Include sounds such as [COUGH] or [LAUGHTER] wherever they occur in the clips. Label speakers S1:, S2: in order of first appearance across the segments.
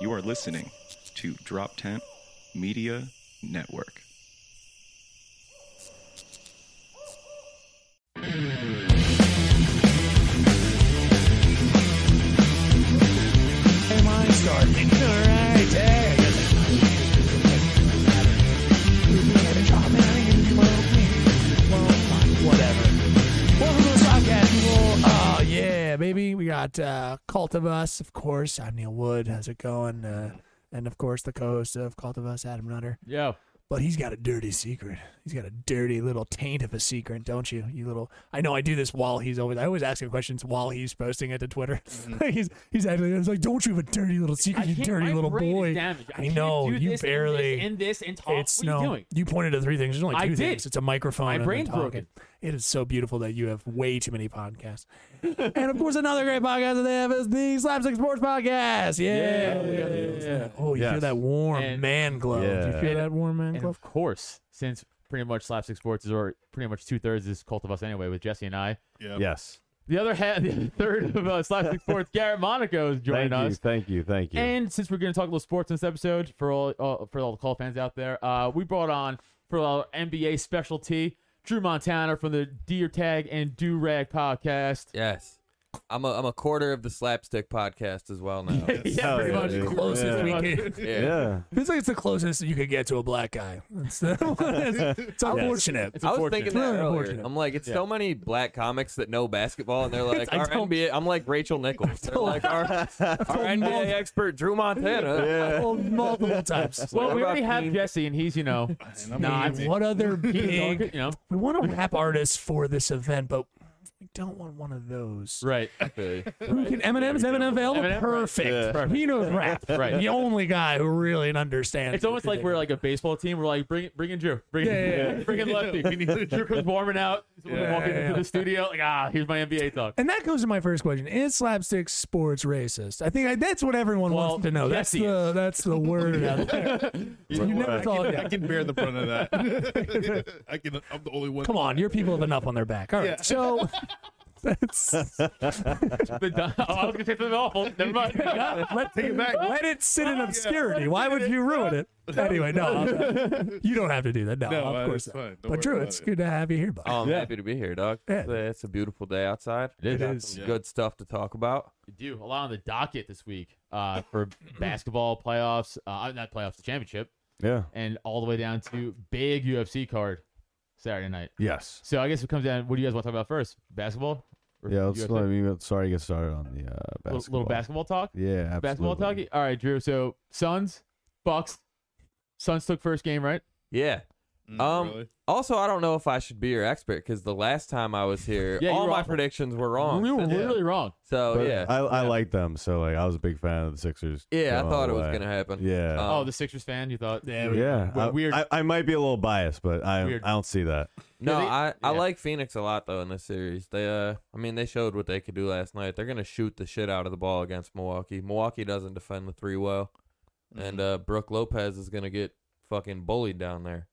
S1: You are listening to Drop Tent Media Network.
S2: Am I starting the right day? Whatever. Welcome to the Sopcast, people. Oh, yeah, baby. We got uh, Cult of Us, of course. I'm Neil Wood. How's it going? Uh, and, of course, the co host of Cult of Us, Adam Nutter.
S3: Yeah.
S2: But he's got a dirty secret. He's got a dirty little taint of a secret, don't you? You little. I know I do this while he's always. I always ask him questions while he's posting it to Twitter.
S3: Mm-hmm.
S2: [LAUGHS] he's he's actually. I was like, don't you have a dirty little secret, you dirty little boy? I know you barely.
S3: in this and talk.
S2: it's
S3: what are
S2: no.
S3: you doing?
S2: pointed to three things. There's only two
S3: I did.
S2: things. It's a microphone.
S3: My
S2: and then
S3: brain's
S2: talking.
S3: broken.
S2: It is so beautiful that you have way too many podcasts. and of course, another great podcast that they have is the Slapstick Sports Podcast. Yeah. Oh, you feel
S4: Yes.
S2: that warm
S3: And-
S2: man glow? Do you
S4: Yeah.
S2: feel that warm man
S3: And
S2: glow?
S3: of course, since pretty much Slapstick Sports is or pretty much two thirds is Cult of Us anyway with Jesse and I.
S4: Yes.
S3: The other half, [LAUGHS] the other third of
S2: [LAUGHS]
S3: uh, Slapstick Sports, Garrett Monaco is joining
S4: Thank you.
S3: us.
S4: Thank you. Thank you.
S3: And since we're going to talk a little sports in this episode for all uh, for all the call fans out there, uh, we brought on for our NBA specialty Drew Montana from the Deer Tag and Do Rag podcast.
S5: Yes. I'm a I'm a quarter of the slapstick podcast as well now.
S3: yeah,
S4: Oh,
S3: pretty
S4: yeah,
S3: much
S4: dude.
S2: Closest
S4: Yeah.
S2: we
S3: Pretty much.
S2: can.
S5: yeah.
S4: yeah.
S2: [LAUGHS] Feels like it's the closest you could get to a black guy. It's, it's unfortunate.
S3: It's
S5: I was
S3: unfortunate.
S5: thinking that
S2: Really
S5: earlier.
S2: unfortunate.
S5: I'm like, it's so many black comics that know basketball, and they're like,
S2: I
S5: our
S2: don't-
S5: NBA. I'm like Rachel Nichols. They're like our, our NBA expert Drew Montana.
S2: [LAUGHS] Well, multiple times.
S3: Well, we
S5: What
S3: already
S5: about
S3: have
S5: Pete?
S3: Jesse, and he's
S2: [LAUGHS]
S3: you know not [LAUGHS]
S2: And what other [LAUGHS]
S3: you
S2: big?
S3: know
S2: We want a
S3: [LAUGHS]
S2: rap artist for this event, but we don't want one of those.
S3: right.
S2: Who can Eminem? Is Eminem available?
S3: Eminem, right.
S2: Perfect.
S4: Yeah.
S3: Perfect.
S2: He knows rap.
S3: Right.
S2: The only guy who really understands.
S3: It's almost like we're like a baseball team. We're like bring bring in Drew, bring
S2: Yeah,
S3: in, bring in Lefty. We need, Drew comes warming out. We're walking
S2: yeah,
S3: into
S2: yeah.
S3: the studio like ah, here's my
S2: [LAUGHS]
S3: NBA talk.
S2: And that goes to my first question: Is slapstick sports racist? I think I, that's what everyone
S3: Well,
S2: wants to know. That's
S3: yes, he
S2: the that's the word
S3: [LAUGHS]
S2: out there. You never thought
S6: I
S2: that.
S6: can bear the brunt of that. [LAUGHS] I can. I'm the only one.
S2: Come on, your people have enough on their back. All right, so
S3: [LAUGHS]
S2: [LAUGHS] that's,
S3: The, Don- oh, I was gonna say something awful.
S2: [LAUGHS]
S3: Never mind.
S2: let,
S6: Take it back.
S2: let it sit in obscurity. Why would you ruin it? Anyway, no, I'll- [LAUGHS] you don't have to do that. No,
S6: No,
S2: of
S6: uh,
S2: course
S6: it's
S2: not.
S6: fine. Don't
S2: But
S6: worry
S2: Drew,
S6: about
S2: it's
S6: it.
S2: good to have you here, buddy.
S5: Oh, I'm happy to be here, dog.
S2: Yeah.
S5: It's a- It's a beautiful day outside.
S3: It
S5: We got
S3: is.
S5: some Good stuff to talk about.
S3: We do a lot on the docket this week uh, for basketball playoffs, uh, not playoffs, the championship,
S4: Yeah.
S3: and all the way down to big UFC card Saturday night.
S4: Yes.
S3: So I guess it comes down. What do you guys want to talk about first? Basketball? Or
S4: Yeah. Let's
S3: UFC?
S4: let me, sorry to get started on the uh, basketball.
S3: Little- little basketball talk.
S4: Yeah. Absolutely.
S3: Basketball talkie. All right, Drew. So Suns, Bucks. Suns took first game, right?
S5: Yeah.
S3: Mm,
S5: Um.
S6: really?
S5: Also, I don't know if I should be your expert because the last time I was here,
S3: Yeah, you
S5: all
S3: were
S5: my
S3: awful.
S5: predictions were wrong.
S3: We were literally wrong.
S5: So
S4: But
S5: Oh, yeah,
S4: I, I like them, so like I was a big fan of the Sixers.
S5: yeah. I
S4: going
S5: thought it
S4: all
S5: was
S4: the way.
S5: gonna happen.
S4: Yeah.
S5: Um,
S3: Oh, the Sixers fan. You thought? Yeah.
S4: yeah. I,
S3: weird.
S4: I, I might be a little biased, but I
S3: Weird.
S4: I don't
S3: [LAUGHS]
S4: see that.
S5: No,
S3: Yeah, they-
S5: I, I
S3: yeah.
S5: like Phoenix a lot though in this series. They uh I mean they showed what they could do last night. They're gonna shoot the shit out of the ball against Milwaukee. Milwaukee doesn't defend the three well.
S3: Mm-hmm.
S5: And uh Brooke Lopez is gonna get fucking bullied down there.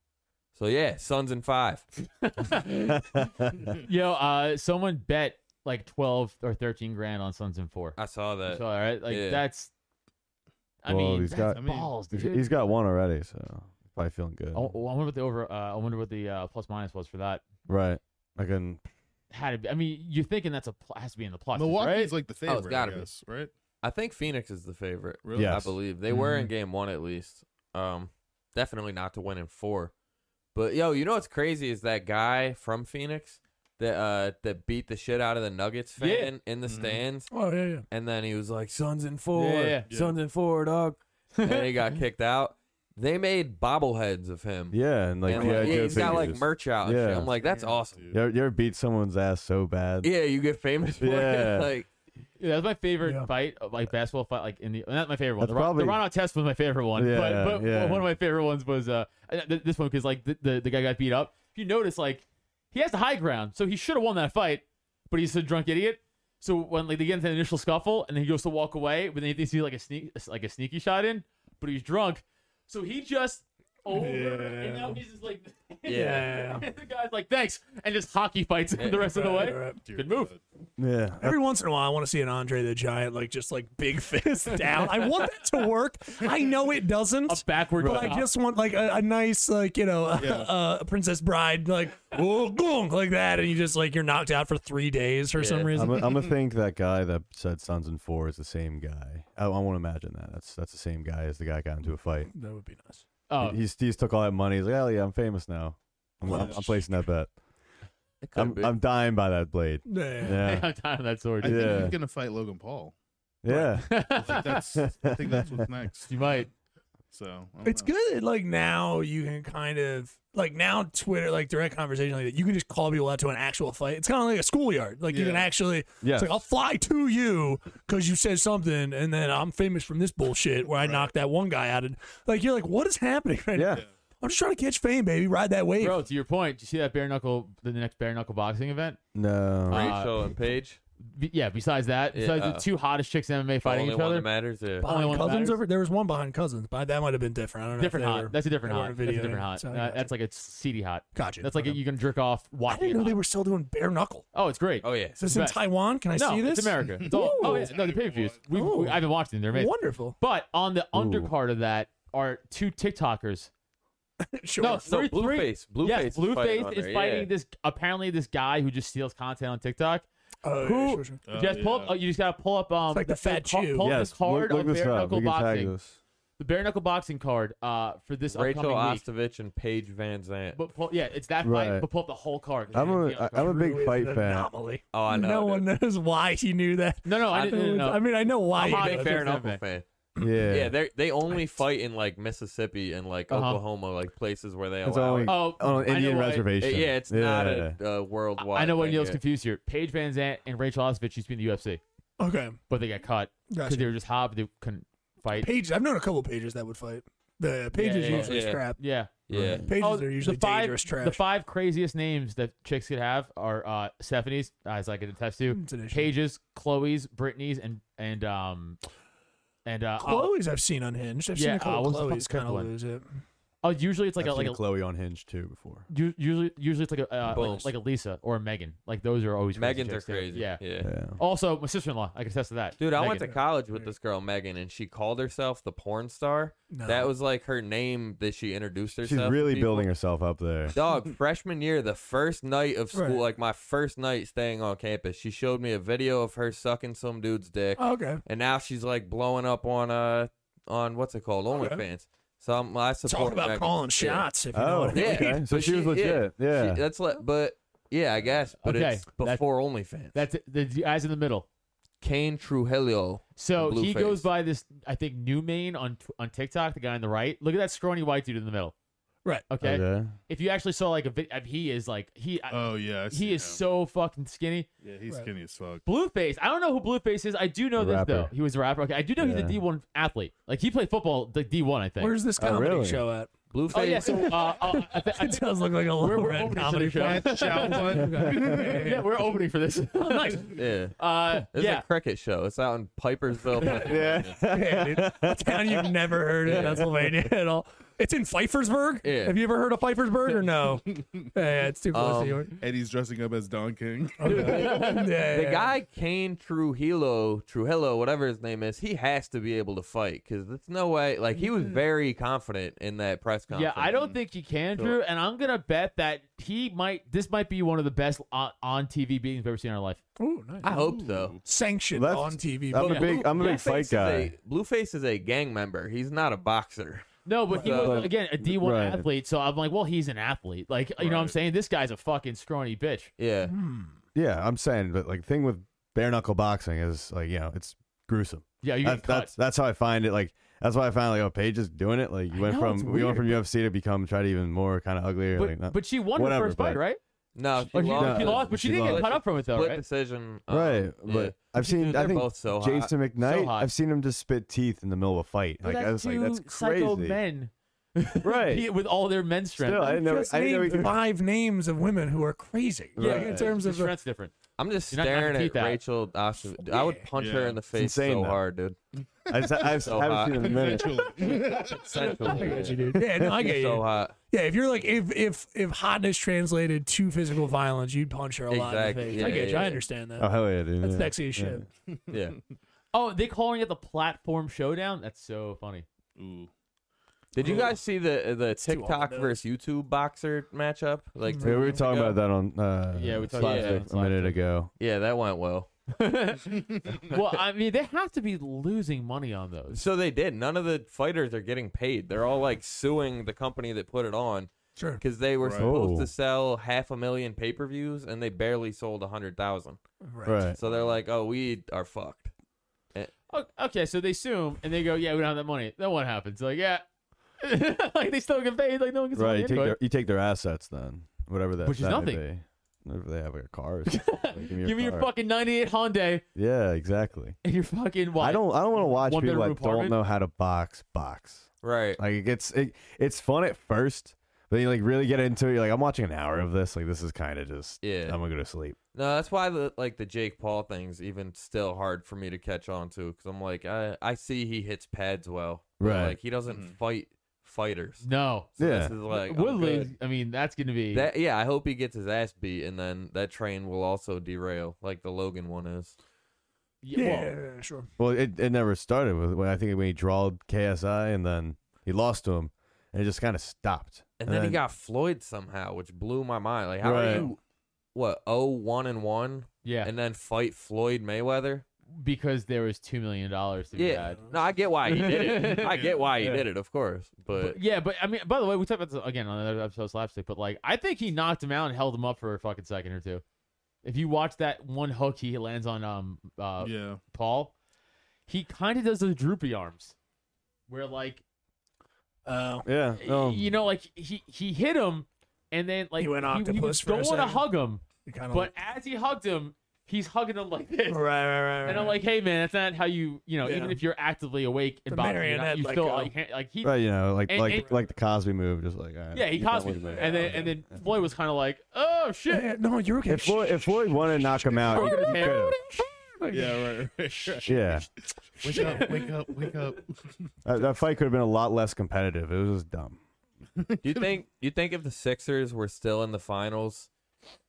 S5: So yeah, Suns in five. [LAUGHS]
S3: [LAUGHS] Yo, uh, someone bet like twelve or thirteen grand on Suns and four.
S5: I saw that.
S3: So all right, like
S5: yeah.
S3: that's. I
S4: Well,
S3: mean,
S4: he's
S3: that's
S4: got-
S3: balls,
S4: He's-
S3: dude.
S4: he's got one already, so probably feeling good.
S3: I, I wonder what the over. Uh, I wonder what the uh, plus minus was for that.
S4: Right. I can.
S3: Had to be, I mean, you're thinking that's a pl- has to be in the plus,
S6: Milwaukee's
S3: right?
S6: like the
S5: Oh, it's
S6: favorite.
S5: gotta
S6: I
S5: be.
S6: guess, right?
S5: I think Phoenix is the favorite.
S6: Really?
S4: Yeah.
S5: I
S4: Yes.
S5: believe. They were
S3: Mm-hmm.
S5: in game one at least. Um definitely not to win in four. But yo, you know what's crazy is that guy from Phoenix that uh that beat the shit out of the Nuggets fan
S3: Yeah. Mm-hmm.
S5: in the
S6: Mhm.
S5: stands.
S2: Oh yeah, yeah.
S5: And then he was like, Suns in four.
S3: Yeah, yeah,
S6: yeah.
S5: Suns in four, dog. and
S3: [LAUGHS]
S5: he got kicked out. They made bobbleheads of him.
S4: Yeah, and like
S5: And,
S4: G.I.
S5: like, yeah,
S4: Joe
S5: he's got like
S4: figures.
S5: merch out. And shit.
S4: Yeah.
S5: I'm like, that's awesome.
S6: Dude.
S4: You ever, you ever beat someone's ass so bad?
S5: Yeah, you get famous for
S4: Yeah.
S5: it. Like,
S3: Yeah, that was my favorite
S2: Yeah.
S3: fight, uh, like basketball fight, like in the not my favorite one.
S4: That's
S3: The, probably...
S4: probably-
S3: the Ron Artest was my favorite one,
S4: Yeah,
S3: but, but
S4: yeah.
S3: one of my favorite ones was uh uh, th- this one because like the, the the guy got beat up. If you notice, like he has the high ground, so he should have won that fight, but he's a drunk idiot. So when like they get into the initial scuffle and then he goes to walk away, but then they see like a sneak like a sneaky shot in, but he's drunk, so he just over and now he's just like [LAUGHS]
S5: Yeah.
S3: the guy's like thanks and just hockey fights him the rest of the way.
S2: Right, right.
S3: Good move.
S4: Yeah.
S5: [LAUGHS]
S2: Every once in a while, I want to see an Andre the Giant, like just like big [LAUGHS] fist down. I want that to work. I know it doesn't.
S3: A backward
S2: But I
S3: chop.
S2: just want like a, a nice like you know
S6: Yeah.
S2: [LAUGHS] uh, Princess Bride like [LAUGHS] oh, gong, like that, and you just like you're knocked out for three days for some
S5: Yeah.
S2: reason.
S4: I'm going
S3: [LAUGHS]
S4: to think that guy that said Sons and Four is the same guy. I, I want to imagine that. That's that's the same guy as the guy that got into a fight.
S2: that would be nice.
S3: oh,
S4: He- He's, he's took all that money. He's like, oh, yeah, I'm famous now. I'm, I'm, I'm placing that bet.
S5: It could
S4: I'm,
S5: be.
S4: I'm dying by that blade.
S2: Yeah.
S4: Yeah.
S3: [LAUGHS] I'm tired of that
S6: I
S3: sword.
S6: think
S4: Yeah.
S6: he's gonna fight Logan Paul.
S4: Yeah.
S6: I think that's I think that's what's next.
S3: you might.
S6: So I don't
S2: It's
S6: know.
S2: good. that, Like now you can kind of like now Twitter like direct conversation like that. You can just call people out to an actual fight. It's kind of like a schoolyard. Like you
S6: Yeah.
S2: can actually
S4: Yeah.
S2: It's like I'll fly to you because you said something, and then I'm famous from this bullshit where I knocked that one guy out. And like you're like, what is happening right now?
S4: Yeah.
S2: I'm just trying to catch fame, baby. Ride that wave.
S3: Bro, to your point, did you see that bare knuckle, the next bare knuckle boxing event? Uh,
S4: No.
S5: Rachel and Paige.
S3: Be- yeah, besides that,
S5: Yeah,
S3: besides
S5: uh,
S3: the two hottest chicks in MMA fighting
S5: only
S3: each
S5: one
S3: other.
S5: that matters. Yeah.
S3: Only
S2: behind
S3: one that
S2: cousins
S3: matters.
S2: over there was one behind cousins, but that might have been different. I don't know. if
S3: different
S2: they
S3: hot.
S2: were-
S3: that's a different
S2: they were
S3: hot.
S2: videoed.
S3: That's a different hot.
S2: So,
S3: Uh,
S2: gotcha.
S3: That's like a seedy hot.
S2: gotcha.
S3: That's like a,
S2: Okay.
S3: you can jerk off
S2: I
S3: watching.
S2: didn't
S3: it
S2: know they
S3: hot.
S2: were still doing bare knuckle.
S3: Oh, it's great.
S5: Oh yeah.
S2: Is this
S3: the
S2: in
S3: best.
S2: Taiwan? Can I
S3: no,
S2: see this?
S3: it's America. It's all, oh,
S2: Ooh.
S3: yeah, no, the pay per views. We, we,
S2: Ooh.
S3: I've been watching. them. They're amazing.
S2: Wonderful. [LAUGHS]
S3: But on the
S4: Ooh.
S3: undercard of that are two TikTokers.
S2: Sure.
S3: No,
S5: So
S3: three- three-
S5: Blueface, Blueface,
S3: yes,
S5: is
S3: Blueface
S5: fighting on
S3: is
S5: there,
S3: fighting
S5: yeah.
S3: this apparently this guy who just steals content on TikTok.
S2: Oh, yeah,
S3: Who-
S2: sure, sure.
S6: Oh,
S3: just pull up,
S6: yeah.
S3: oh, you just gotta pull up um
S2: It's like the fat
S3: pull,
S2: Jew.
S3: pull up
S4: yes.
S3: the card
S4: look, look
S3: of
S4: this
S3: bare
S4: up.
S3: knuckle
S4: We can tag
S3: boxing.
S4: this.
S3: The bare knuckle boxing card uh for this
S5: Rachel
S3: upcoming week.
S5: Ostovich and Paige Van Zant.
S3: But pull, yeah, it's that fight,
S4: Right.
S3: but pull up the whole card. 'cause
S4: I'm
S3: you're
S4: a,
S3: gonna
S4: I-
S3: be on
S4: I'm
S3: the card.
S4: a big
S2: Really is
S3: [LAUGHS]
S4: fight
S2: an
S4: fan.
S2: Anomaly.
S5: oh, I know.
S2: no
S5: dude.
S2: one knows why he knew that.
S3: No, no, I didn't,
S2: Afterwards-
S3: know.
S2: I mean, I know why.
S3: I'm
S2: he
S3: a
S2: knew
S3: big
S2: it.
S5: Fair
S3: fan.
S5: enough, fan.
S4: Yeah.
S5: Yeah, they they only fight in like Mississippi and like
S3: Uh-huh.
S5: Oklahoma, like places where they
S4: It's
S5: allow.
S4: only
S5: it.
S3: Oh,
S4: on
S3: I
S4: an Indian
S3: know why-
S4: reservation.
S5: yeah, it's not
S4: Yeah.
S5: a
S4: [LAUGHS]
S5: uh, worldwide.
S3: I know what
S5: thing,
S3: Neil's
S5: yeah.
S3: confused here. Paige Van Zant and Rachel Osovich used to be in the UFC,
S2: Okay.
S3: but they got caught because
S2: Gotcha.
S3: they were just hot, but they couldn't fight.
S2: Pages. I've known a couple pages that would fight. The pages
S3: yeah,
S2: usually
S5: yeah.
S2: scrap.
S3: yeah.
S5: Yeah,
S2: Pages
S3: Oh,
S2: are usually
S3: the five,
S2: dangerous trash.
S3: The five craziest names that chicks could have are uh, Stephanie's, as I can attest to,
S2: It's an issue.
S3: Paige's, Chloe's, Brittany's, and and um and uh, oh,
S2: Chloe's I've seen unhinged. I've seen
S3: Yeah,
S2: a
S3: uh,
S2: couple
S3: what's the
S2: Chloe's
S3: fucking
S2: kind of
S3: one?
S2: lose it.
S3: oh, usually it's like
S4: I've
S3: a like
S4: seen
S3: a
S4: Chloe on Hinge too before.
S3: u- usually usually it's like a uh, like,
S5: Both.
S3: like a Lisa or a Megan. Like those are always crazy
S5: Megan's are
S3: chicks, too.
S5: crazy.
S3: Yeah.
S5: yeah.
S4: Yeah.
S3: Also, my sister-in-law, I can attest to that.
S5: Dude, I went to
S3: Megan.
S5: college with this girl Megan, and she called herself the porn star.
S2: No.
S5: That was like her name that she introduced herself.
S4: She's
S5: to
S4: really
S5: people.
S4: building herself up there.
S5: Dog, freshman year, the first night of school,
S2: Right.
S5: like my first night staying on campus, she showed me a video of her sucking some dude's dick,
S2: Oh, okay.
S5: and now she's like blowing up on uh on what's it called
S2: Okay.
S5: OnlyFans. So I'm, I
S2: Talk
S5: support.
S2: about
S5: Megan.
S2: calling
S5: Yeah.
S2: shots. If you know
S4: Oh,
S2: what I mean.
S5: Yeah.
S4: okay. So
S5: But
S4: she was
S5: she- yeah.
S4: legit.
S5: She-
S4: Yeah.
S5: that's like, but yeah, I guess. But
S3: Okay,
S5: it's
S3: that-
S5: before OnlyFans.
S3: That's it, the, the eyes in the middle.
S5: Kane Trujillo.
S3: So he
S5: Blueface.
S3: goes by this, I think, new main on tw- on TikTok. The guy on the right. Look at that scrawny white dude in the middle.
S2: [LAUGHS] Right.
S3: Okay.
S4: Oh,
S3: If you actually saw like a vid, he is like he I-
S6: Oh yeah, I see
S3: he is
S6: him.
S3: so fucking skinny.
S6: yeah, he's
S2: Right.
S6: skinny
S3: [LAUGHS]
S6: as fuck.
S3: Blueface. I don't know who Blueface is. I do know
S4: A
S3: this though.
S4: rapper.
S3: He was a rapper. Okay, I do know he's a
S4: Yeah.
S3: D one athlete. Like he played football, like D one. I think.
S2: Where's this
S4: Oh,
S2: comedy
S4: really?
S2: show at? [LAUGHS]
S5: Blueface.
S3: oh yeah. So uh, uh,
S5: [LAUGHS]
S3: I th- I
S2: It
S3: think
S2: does look like a
S3: we're,
S2: little
S3: we're
S2: red
S3: opening
S2: comedy
S3: for
S2: show.
S3: the show.
S2: [LAUGHS]
S3: [LAUGHS]
S6: [LAUGHS]
S3: yeah, we're opening for
S4: [LAUGHS]
S3: this.
S4: Oh,
S3: nice.
S5: yeah.
S3: [LAUGHS] Uh,
S5: It's
S3: yeah.
S5: a cricket show. It's out in
S3: [LAUGHS]
S5: Pipersville. yeah.
S4: [LAUGHS]
S2: Yeah,
S5: [LAUGHS]
S2: dude. A town you've never heard of Pennsylvania [LAUGHS] at all. It's in Pfeiffersburg.
S5: Yeah.
S2: Have you ever heard of Pfeiffersburg or
S5: [LAUGHS]
S2: no? yeah, it's too close
S5: Um,
S2: to York.
S6: Eddie's dressing up as
S2: [LAUGHS]
S6: Don King.
S2: Yeah,
S5: [LAUGHS] The
S2: yeah.
S5: guy Kane Trujillo, Trujillo, whatever his name is, he has to be able to fight because there's no way. Like he was very confident in that press
S3: Mm. Yeah,
S5: conference.
S3: I don't think he can, Drew, and I'm gonna bet that he might. This might be one of the best on, on TV beatings we've ever seen in our life.
S2: Ooh, nice.
S5: I hope so.
S2: Sanctioned
S4: That's-
S2: on TV.
S4: I'm
S3: Yeah.
S4: a big I'm a big
S5: Blueface
S4: fight
S5: is a-
S4: guy.
S5: Blueface is a gang member. He's not a boxer.
S3: No, but he
S5: Right.
S3: was again a D1
S4: Right.
S3: athlete, so I'm like, well, he's an athlete. Like, you know what I'm
S6: Right.
S3: saying? This guy's a fucking scrawny bitch.
S5: Yeah.
S2: Hmm.
S4: Yeah, I'm saying, but like thing with bare knuckle boxing is like you know it's gruesome.
S3: Yeah, you
S4: That's
S3: get cut.
S4: that's that's how I find it. Like that's why I find like oh Paige is doing it. Like
S3: I
S4: you went
S3: know, it's
S4: from we
S3: weird,
S4: went from UFC to become try to even more kind of uglier.
S3: but,
S4: like not,
S3: but she won
S4: whatever,
S3: her first fight,
S4: but-
S3: right?
S5: No, she
S3: Or she,
S5: lost.
S3: she lost, but she,
S4: She
S3: didn't get
S4: lost.
S3: cut up from it though,
S5: Split
S3: right?
S5: decision. um,
S4: Right,
S5: yeah.
S4: but I've
S5: Dude,
S4: seen. I
S5: they're
S4: think
S5: both so hot.
S4: Jason McKnight.
S3: hot.
S4: I've seen him just spit teeth in the middle of a fight.
S3: Well,
S4: like I was like, that's
S3: two
S4: crazy.
S3: Psycho men,
S4: [LAUGHS] Right.
S3: with all their men's strength.
S4: Still, I didn't know.
S2: Just
S4: I didn't know he
S2: named [LAUGHS]
S4: could.
S2: five names of women who are crazy.
S4: Yeah,
S2: Like, in
S4: Right.
S2: terms
S3: The
S2: of the,
S3: strength's different.
S5: I'm just
S3: You're not gonna
S5: staring at
S3: keep that.
S5: Rachel. Osha- dude, I would punch her
S6: Yeah.
S5: in the face
S4: insane,
S5: so
S4: though.
S5: hard, dude.
S4: I, just- I just
S5: So
S4: haven't
S5: hot.
S4: seen him in a
S6: [LAUGHS]
S3: [LAUGHS]
S4: minute.
S5: Sensual.
S2: yeah, no, I get
S5: so
S2: you.
S5: hot.
S2: Yeah, if you're like if if if hotness translated to physical violence, you'd punch her a lot
S5: Exactly,
S2: in the face.
S5: yeah,
S2: I get you.
S5: yeah,
S2: I
S5: yeah.
S2: understand that.
S4: Oh hell yeah, dude!
S2: That's
S4: yeah.
S2: sexy as
S4: Yeah.
S2: shit.
S5: Yeah.
S3: Oh, they calling it the platform showdown. That's so funny.
S6: Ooh.
S5: Did you guys see the the
S2: too on the
S5: TikTok
S2: nose.
S5: versus YouTube boxer matchup? Like,
S4: Yeah, we were
S5: months
S4: talking
S5: ago?
S4: about that on uh,
S3: Yeah, we talked
S5: about that
S4: Slapstick
S3: on
S4: a minute
S3: Slapstick.
S4: ago.
S5: Yeah, that went well.
S4: [LAUGHS]
S3: well, I mean, they have to be losing money on those.
S5: So they did. None of the fighters are getting paid. They're all like suing the company that put it on
S2: Sure.
S5: because they were
S6: Right.
S5: supposed
S4: Oh.
S5: to sell half a million pay per views and they barely sold a hundred thousand.
S4: Right.
S5: So they're like, oh, we are fucked.
S3: O- Okay, so they sue and they go, "Yeah, we don't have that money." Then what happens? Like, yeah, [LAUGHS] like they still get paid. Like no one gets
S4: Right. You
S3: paid.
S4: take, their, you take their assets then, whatever that.
S3: Which is
S4: that may
S3: nothing.
S4: be. Whatever they have like a car. Or
S3: [LAUGHS]
S4: something. Like, give me your
S3: Give me your
S4: car.
S3: fucking '98 Hyundai
S4: Yeah, exactly.
S3: and your fucking what?
S4: I don't. I don't want to watch
S3: One
S4: people
S3: bedroom
S4: that don't
S3: apartment?
S4: know how to box. Box.
S5: Right.
S4: Like it gets it, it's fun at first, but you like really get into it. You're like, I'm watching an hour of this. Like this is kind of just.
S5: Yeah.
S4: I'm gonna go to sleep.
S5: No, that's why the like the Jake Paul thing's even still hard for me to catch on to because I'm like I I see he hits pads well, but,
S4: Right.
S5: Like he doesn't fight fighters.
S3: No.
S5: So
S4: Yeah.
S5: this is like I'm
S3: Woodley.
S5: good.
S3: I mean, that's gonna be
S5: That yeah, I hope he gets his ass beat, and then that train will also derail like the Logan one is.
S3: Yeah,
S2: Yeah,
S3: well,
S2: sure.
S4: Well, it, it never started with when I think when he drawled KSI and then he lost to him, and it just kind of stopped.
S5: And, then, he got Floyd somehow, which blew my mind. Like how
S4: Right.
S5: are you what oh one and one,
S3: yeah,
S5: and then fight Floyd Mayweather?
S3: because there was two million dollars to be
S5: Yeah,
S3: had.
S5: no, I get why he did it. I get why he
S3: Yeah.
S5: did it, of course, but.
S3: But- yeah, but I mean, by the way, we talked about this again on another episode of Slapstick, but like, I think he knocked him out and held him up for a fucking second or two. If you watch that one hook he lands on um uh,
S6: yeah.
S3: Paul, he kind of does those droopy arms, where like
S2: Oh,
S4: Yeah. No.
S3: you know, like he he hit him, and then like
S2: He went octopus for a
S3: don't want to
S2: second.
S3: hug him,
S2: kind of.
S3: but as he hugged him, he's hugging him like this.
S2: right, right, right, right.
S3: And I'm like, hey man, that's not how you, you know,
S2: Yeah.
S3: even if you're actively awake and
S2: The
S3: boxing, you're not-
S2: marionette uh,
S3: you
S2: let
S3: still
S2: go.
S3: like, can't- like he,
S4: Right. You know, like
S3: And-
S4: like
S3: and-
S4: like the Cosby move, just like. all right,
S3: yeah, he
S4: you can't
S3: caused me.
S4: look at me.
S3: And then and then Floyd was kind of like, oh shit,
S2: Yeah, no, you're okay.
S4: If Floyd, if Floyd wanted to knock him out, he could have.
S6: Yeah, right, right. right.
S4: Yeah,
S6: wake up, wake up,
S2: [LAUGHS]
S6: wake up.
S4: that, that fight could have been a lot less competitive. It was just dumb.
S5: Do you think you think if the Sixers were still in the finals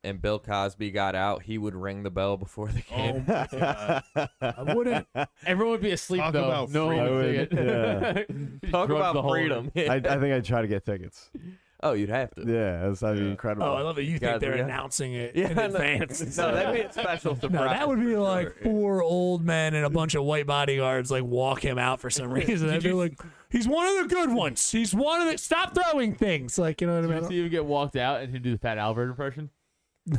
S5: and Bill Cosby got out, he would ring the bell before the
S6: Oh
S5: game?
S6: my god.
S2: I
S3: [LAUGHS]
S2: wouldn't.
S3: everyone would be asleep
S6: Talk
S3: though.
S6: about
S3: no one would see it. Just drug
S5: Talk
S3: the
S5: about
S3: whole-
S5: freedom.
S4: I, I think I'd try to get tickets.
S5: [LAUGHS] oh, you'd have to.
S4: Yeah, that's that'd be incredible.
S2: Oh, I love that you
S5: Guys,
S2: think they're
S5: we got-
S2: announcing it
S5: Yeah,
S2: in
S5: no.
S2: advance.
S5: No, that'd be a special surprise.
S2: No, that would be like four old men and a bunch of white bodyguards like walk him out for
S3: [LAUGHS]
S2: some reason. I'd be like, he's one of the good ones. He's one of the stop throwing things. Like you know what I
S3: [LAUGHS] Did you
S2: mean?
S3: see him get walked out and him do the Fat Albert impression?
S2: [LAUGHS]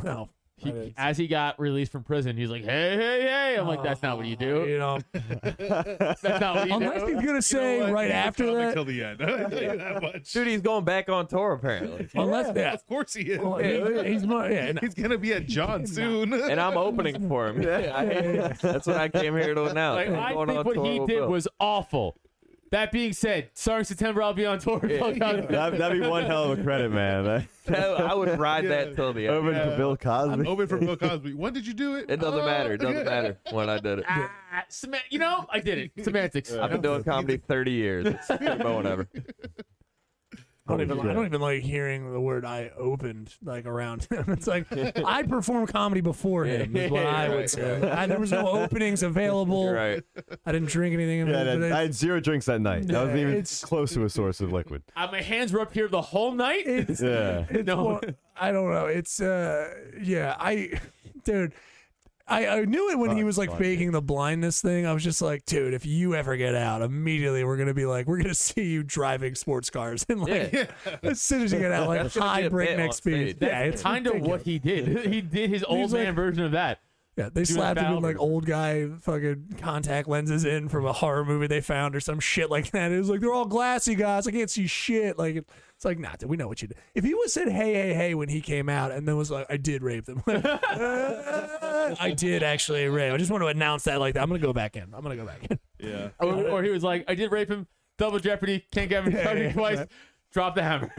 S2: No,
S3: He, as he got released from prison, he's like, hey, hey, hey. I'm like, that's not what you do.
S2: you know,
S3: That's not what [LAUGHS]
S5: [LAUGHS]
S3: you
S2: unless
S3: do.
S2: he's gonna say right after that.
S6: Until the end. [LAUGHS] I tell you that much. [LAUGHS]
S5: Dude, he's going back on tour apparently,
S2: Unless yeah,
S6: Of course he is.
S2: well, he- he's more. Yeah, no.
S6: He's gonna be at John soon.
S5: and I'm opening for him. Yeah, [LAUGHS] I- that's what I came here to announce.
S3: Like,
S5: He's
S3: I
S5: going
S3: think
S5: on
S3: what
S5: tour
S3: he
S5: with
S3: did
S5: Bill. [LAUGHS]
S3: was awful. That being said, starting September, I'll be on tour. with Bill Cosby.
S4: that'd, that'd be one hell of a credit, [LAUGHS] man.
S5: That- I would ride that till the end.
S4: Open for Bill Cosby.
S6: [LAUGHS] Open for Bill Cosby. When did you do it?
S5: It doesn't
S6: Uh,
S5: matter. It doesn't
S6: yeah.
S5: matter when I did it.
S3: Ah, sema- you know, I did
S2: [LAUGHS]
S3: it. Semantics.
S5: I've been doing comedy 30 years. It's whatever.
S2: I don't even.
S4: Holy
S2: I don't
S4: shit.
S2: even like hearing the word "I opened" like around [LAUGHS] him. It's
S5: [LAUGHS]
S2: like I performed comedy before him. Is what I would say. I, there was no
S5: [LAUGHS]
S2: openings available.
S5: You're right.
S2: I didn't drink anything.
S4: Yeah,
S2: but
S4: that- I had zero drinks that night. That wasn't
S2: Yeah,
S4: even
S2: it's-
S4: close to a source of
S6: [LAUGHS]
S4: liquid.
S3: Uh, my hands were up here the whole night.
S2: it's,
S4: Yeah.
S5: [LAUGHS]
S2: it's
S3: No.
S2: more- I don't know. It's uh yeah, I dude I, I knew it when he
S4: Fuck,
S2: was like
S4: fuck,
S2: faking the blindness thing. I was just like, dude, if you ever get out, immediately we're gonna be like, we're gonna [LAUGHS] see you driving sports cars and like
S5: Yeah.
S2: as soon as you get out, like
S5: That's gonna be
S2: high
S5: a bit
S2: breakneck
S5: on
S2: speed.
S5: stage.
S2: Yeah, it's
S3: kind of what
S2: ridiculous.
S3: he did. He did his old
S2: He's
S3: man
S2: like-
S3: version of that.
S2: Yeah, they
S3: Do
S2: slapped
S3: that
S2: him with like
S3: Bowder.
S2: old guy fucking contact lenses in from a horror movie they found or some shit like that. It was like they're all glassy guys. I can't see shit. Like it's like, nah, dude, we know what you did. If he was said hey hey hey when he came out and then was like, I did rape them. [LAUGHS] Like, uh, I did actually rape. I just want to announce that like that. I'm gonna go back in. I'm gonna go back in.
S6: [LAUGHS]
S2: [LAUGHS]
S6: Yeah.
S3: Or, or he was like, I did rape him. Double jeopardy. Can't get
S2: [LAUGHS]
S3: him
S2: Yeah, yeah,
S3: twice.
S2: right.
S3: Drop the [LAUGHS] hammer.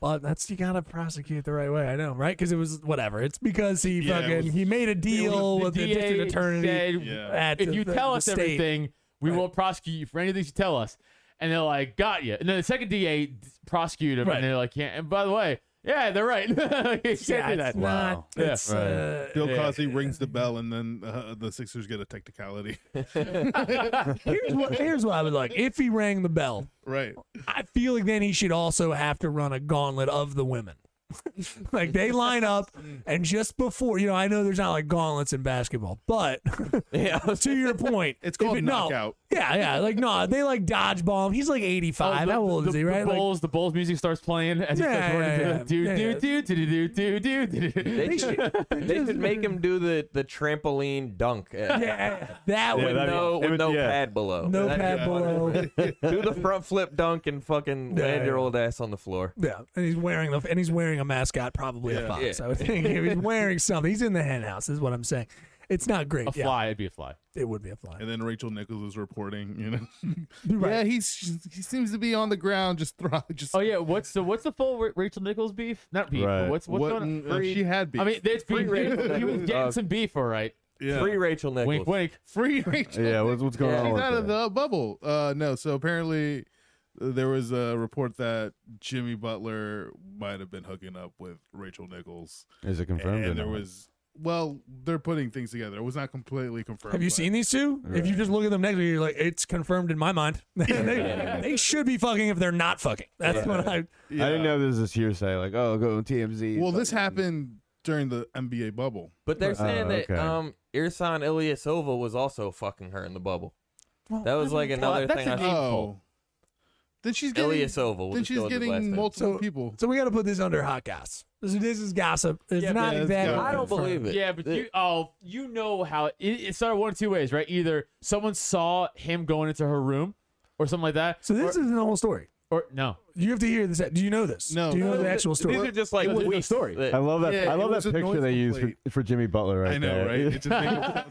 S2: But that's you gotta prosecute the right way. I know, right? Because it was whatever. It's because he
S6: Yeah, it
S2: fucking
S6: was-
S2: he made a deal with the
S3: DA
S2: district attorney.
S3: said,
S6: Yeah.
S2: at
S3: if you
S2: the-
S3: tell
S2: the
S3: us
S2: state.
S3: everything, we won't prosecute you for anything you tell us. And they're like, got you. And then the second DA d- prosecuted him,
S2: Right.
S3: and they're like, yeah. And by the way, yeah, they're right. [LAUGHS] you can't
S2: yeah,
S3: do
S2: it's not-
S3: that.
S4: Wow.
S3: Yeah.
S2: it's,
S4: Right.
S2: uh,
S6: Bill
S3: Yeah.
S6: Cosby rings the bell, and then uh, the Sixers get a technicality.
S2: here's what here's what I would like. If he rang the bell,
S6: [LAUGHS] right.
S2: I feel like then he should also have to run a gauntlet of the women. [LAUGHS] like they line up, and just before you know, I know there's not like gauntlets in basketball, but
S5: Yeah. I
S2: [LAUGHS]
S5: was-
S2: to your point,
S6: It's
S2: if
S6: called
S2: it- no,
S6: knockout.
S2: yeah, yeah, like no, they like dodgeball. him. He's like 85.
S3: Oh, the,
S2: How old
S3: the,
S2: is he?
S3: the
S2: Right? Like,
S3: Bulls, the Bulls music starts playing as he
S2: Yeah,
S3: starts running
S2: yeah,
S3: through
S2: yeah.
S3: the-
S2: Yeah,
S3: do, do, do, do, do, do, do, do.
S5: They should, they should make him do the, the trampoline dunk. at-
S2: yeah, that
S4: Yeah,
S5: with
S2: would
S4: that'd be-
S5: no,
S4: it
S5: with
S4: would-
S5: no
S4: yeah.
S5: pad below.
S2: no
S5: That'd
S2: pad
S5: be
S2: below.
S5: fun. Do the front flip dunk and fucking
S2: Yeah,
S5: land your
S2: yeah.
S5: old ass on the floor.
S2: Yeah, and he's wearing the and he's wearing a mascot, probably a
S6: Yeah.
S2: fox.
S5: Yeah.
S2: I would think if he's wearing something, he's in the hen house. Is what I'm saying. It's not great.
S3: A
S2: yeah,
S3: fly, it'd be a fly.
S2: it would be a fly.
S6: And then Rachel Nichols is reporting. You [LAUGHS]
S2: You're
S6: know.
S2: right.
S6: Yeah, he's he seems to be on the ground, just throw, just.
S3: Oh yeah, what's the what's the full Ra- Rachel Nichols beef? Not beef. but
S4: Right.
S3: What's what's
S6: what,
S3: going on?
S6: mm, uh, she had beef.
S3: I mean, it's beef.
S5: Free
S3: [LAUGHS]
S5: Rachel
S3: He was
S5: Nichols.
S3: getting
S5: Uh,
S3: some beef, all right.
S6: yeah.
S5: Free Rachel Nichols.
S3: Wink, wink.
S6: [LAUGHS] free Rachel.
S4: Yeah, what's- what's going on
S6: She's
S4: with
S6: out of
S4: that?
S6: the bubble. Uh, no, so apparently uh, there was a report that Jimmy Butler might have been hooking up with Rachel Nichols,
S4: Is it confirmed?
S6: and,
S4: or
S6: there
S4: not?
S6: was. Well, they're putting things together. It was not completely confirmed.
S2: Have you
S6: but-
S2: seen these two? If you just look at them next to you, you're like, it's confirmed in my mind. [LAUGHS] they, they should be fucking if they're not fucking. That's what I.
S4: I
S6: Yeah.
S4: didn't know this was hearsay. Like, oh, go TMZ.
S6: Well, this
S4: fucking-
S6: happened during the NBA bubble.
S5: But they're saying
S4: okay.
S5: that um, Irsan Ilyasova was also fucking her in the bubble. that was like another
S3: that's
S5: thing.
S3: a
S5: I
S3: deep-
S5: saw.
S6: Oh, then she's getting
S5: Ilyasova. We'll
S6: then
S5: just go
S6: she's
S5: with his last
S6: getting
S5: name.
S6: multiple
S2: So-
S6: people.
S2: So we got to put this under hot gossip. This, this is gossip. It's
S3: Yeah,
S2: not
S6: but-
S2: exactly.
S6: Yeah.
S5: I don't believe it.
S3: Yeah, but
S5: They-
S3: you oh you know how it, it started one of two ways, right? Either someone saw him going into her room or something like that.
S2: So this
S3: or,
S2: isn't the whole story.
S3: or no.
S2: You have to hear this. Do you know this?
S6: No.
S2: Do you know
S6: No,
S2: the
S6: th-
S2: actual story?
S5: These are just like
S3: It was a
S5: weeks
S3: story.
S5: that-
S4: I love that.
S6: Yeah,
S4: I
S6: it
S4: love
S6: was
S4: that
S6: a
S4: picture
S6: noise
S4: they used for,
S6: complaint.
S4: for Jimmy Butler. Right
S6: I know,
S4: there. [LAUGHS]
S6: right? It just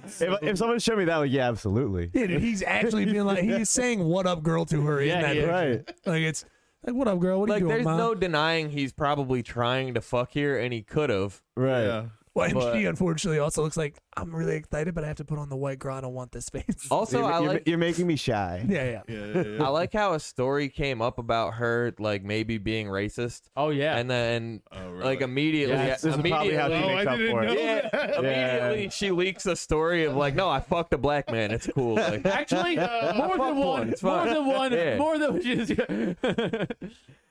S6: makes-
S4: if, if someone showed me that, like, yeah, absolutely.
S2: Yeah, dude, he's actually being like
S5: [LAUGHS]
S2: he's saying "What up, girl?" to her.
S3: Yeah,
S2: in that
S3: he is.
S4: Right.
S2: picture. Like it's like "What up, girl?" What are
S5: like,
S2: you doing,
S5: there's
S2: mom? [LAUGHS]
S5: no denying he's probably trying to fuck here, and he could have.
S4: Right.
S6: yeah.
S2: well, and
S5: but-
S2: she unfortunately also looks like I'm really excited, but I have to put on the white girl. I don't want this face.
S5: Also,
S4: you're,
S5: I
S4: you're-
S5: like
S4: you're making me shy.
S2: [LAUGHS] yeah, yeah.
S6: Yeah, yeah, yeah.
S5: I like how a story came up about her like maybe being racist,
S3: Oh yeah.
S5: and then
S6: Oh, really?
S5: like immediately,
S3: Yeah,
S4: This is probably how she
S5: immediately-
S6: Oh, I
S4: makes up
S6: didn't
S4: for
S6: know.
S4: it.
S5: yeah, immediately she leaks a story of like, no, I fucked a black man. It's cool. [LAUGHS] Like,
S2: [LAUGHS]
S3: Actually, uh, more
S5: fuck
S3: than
S5: one,
S3: one,
S5: it's
S3: more
S5: fine.
S3: than one,
S5: Yeah.
S3: more than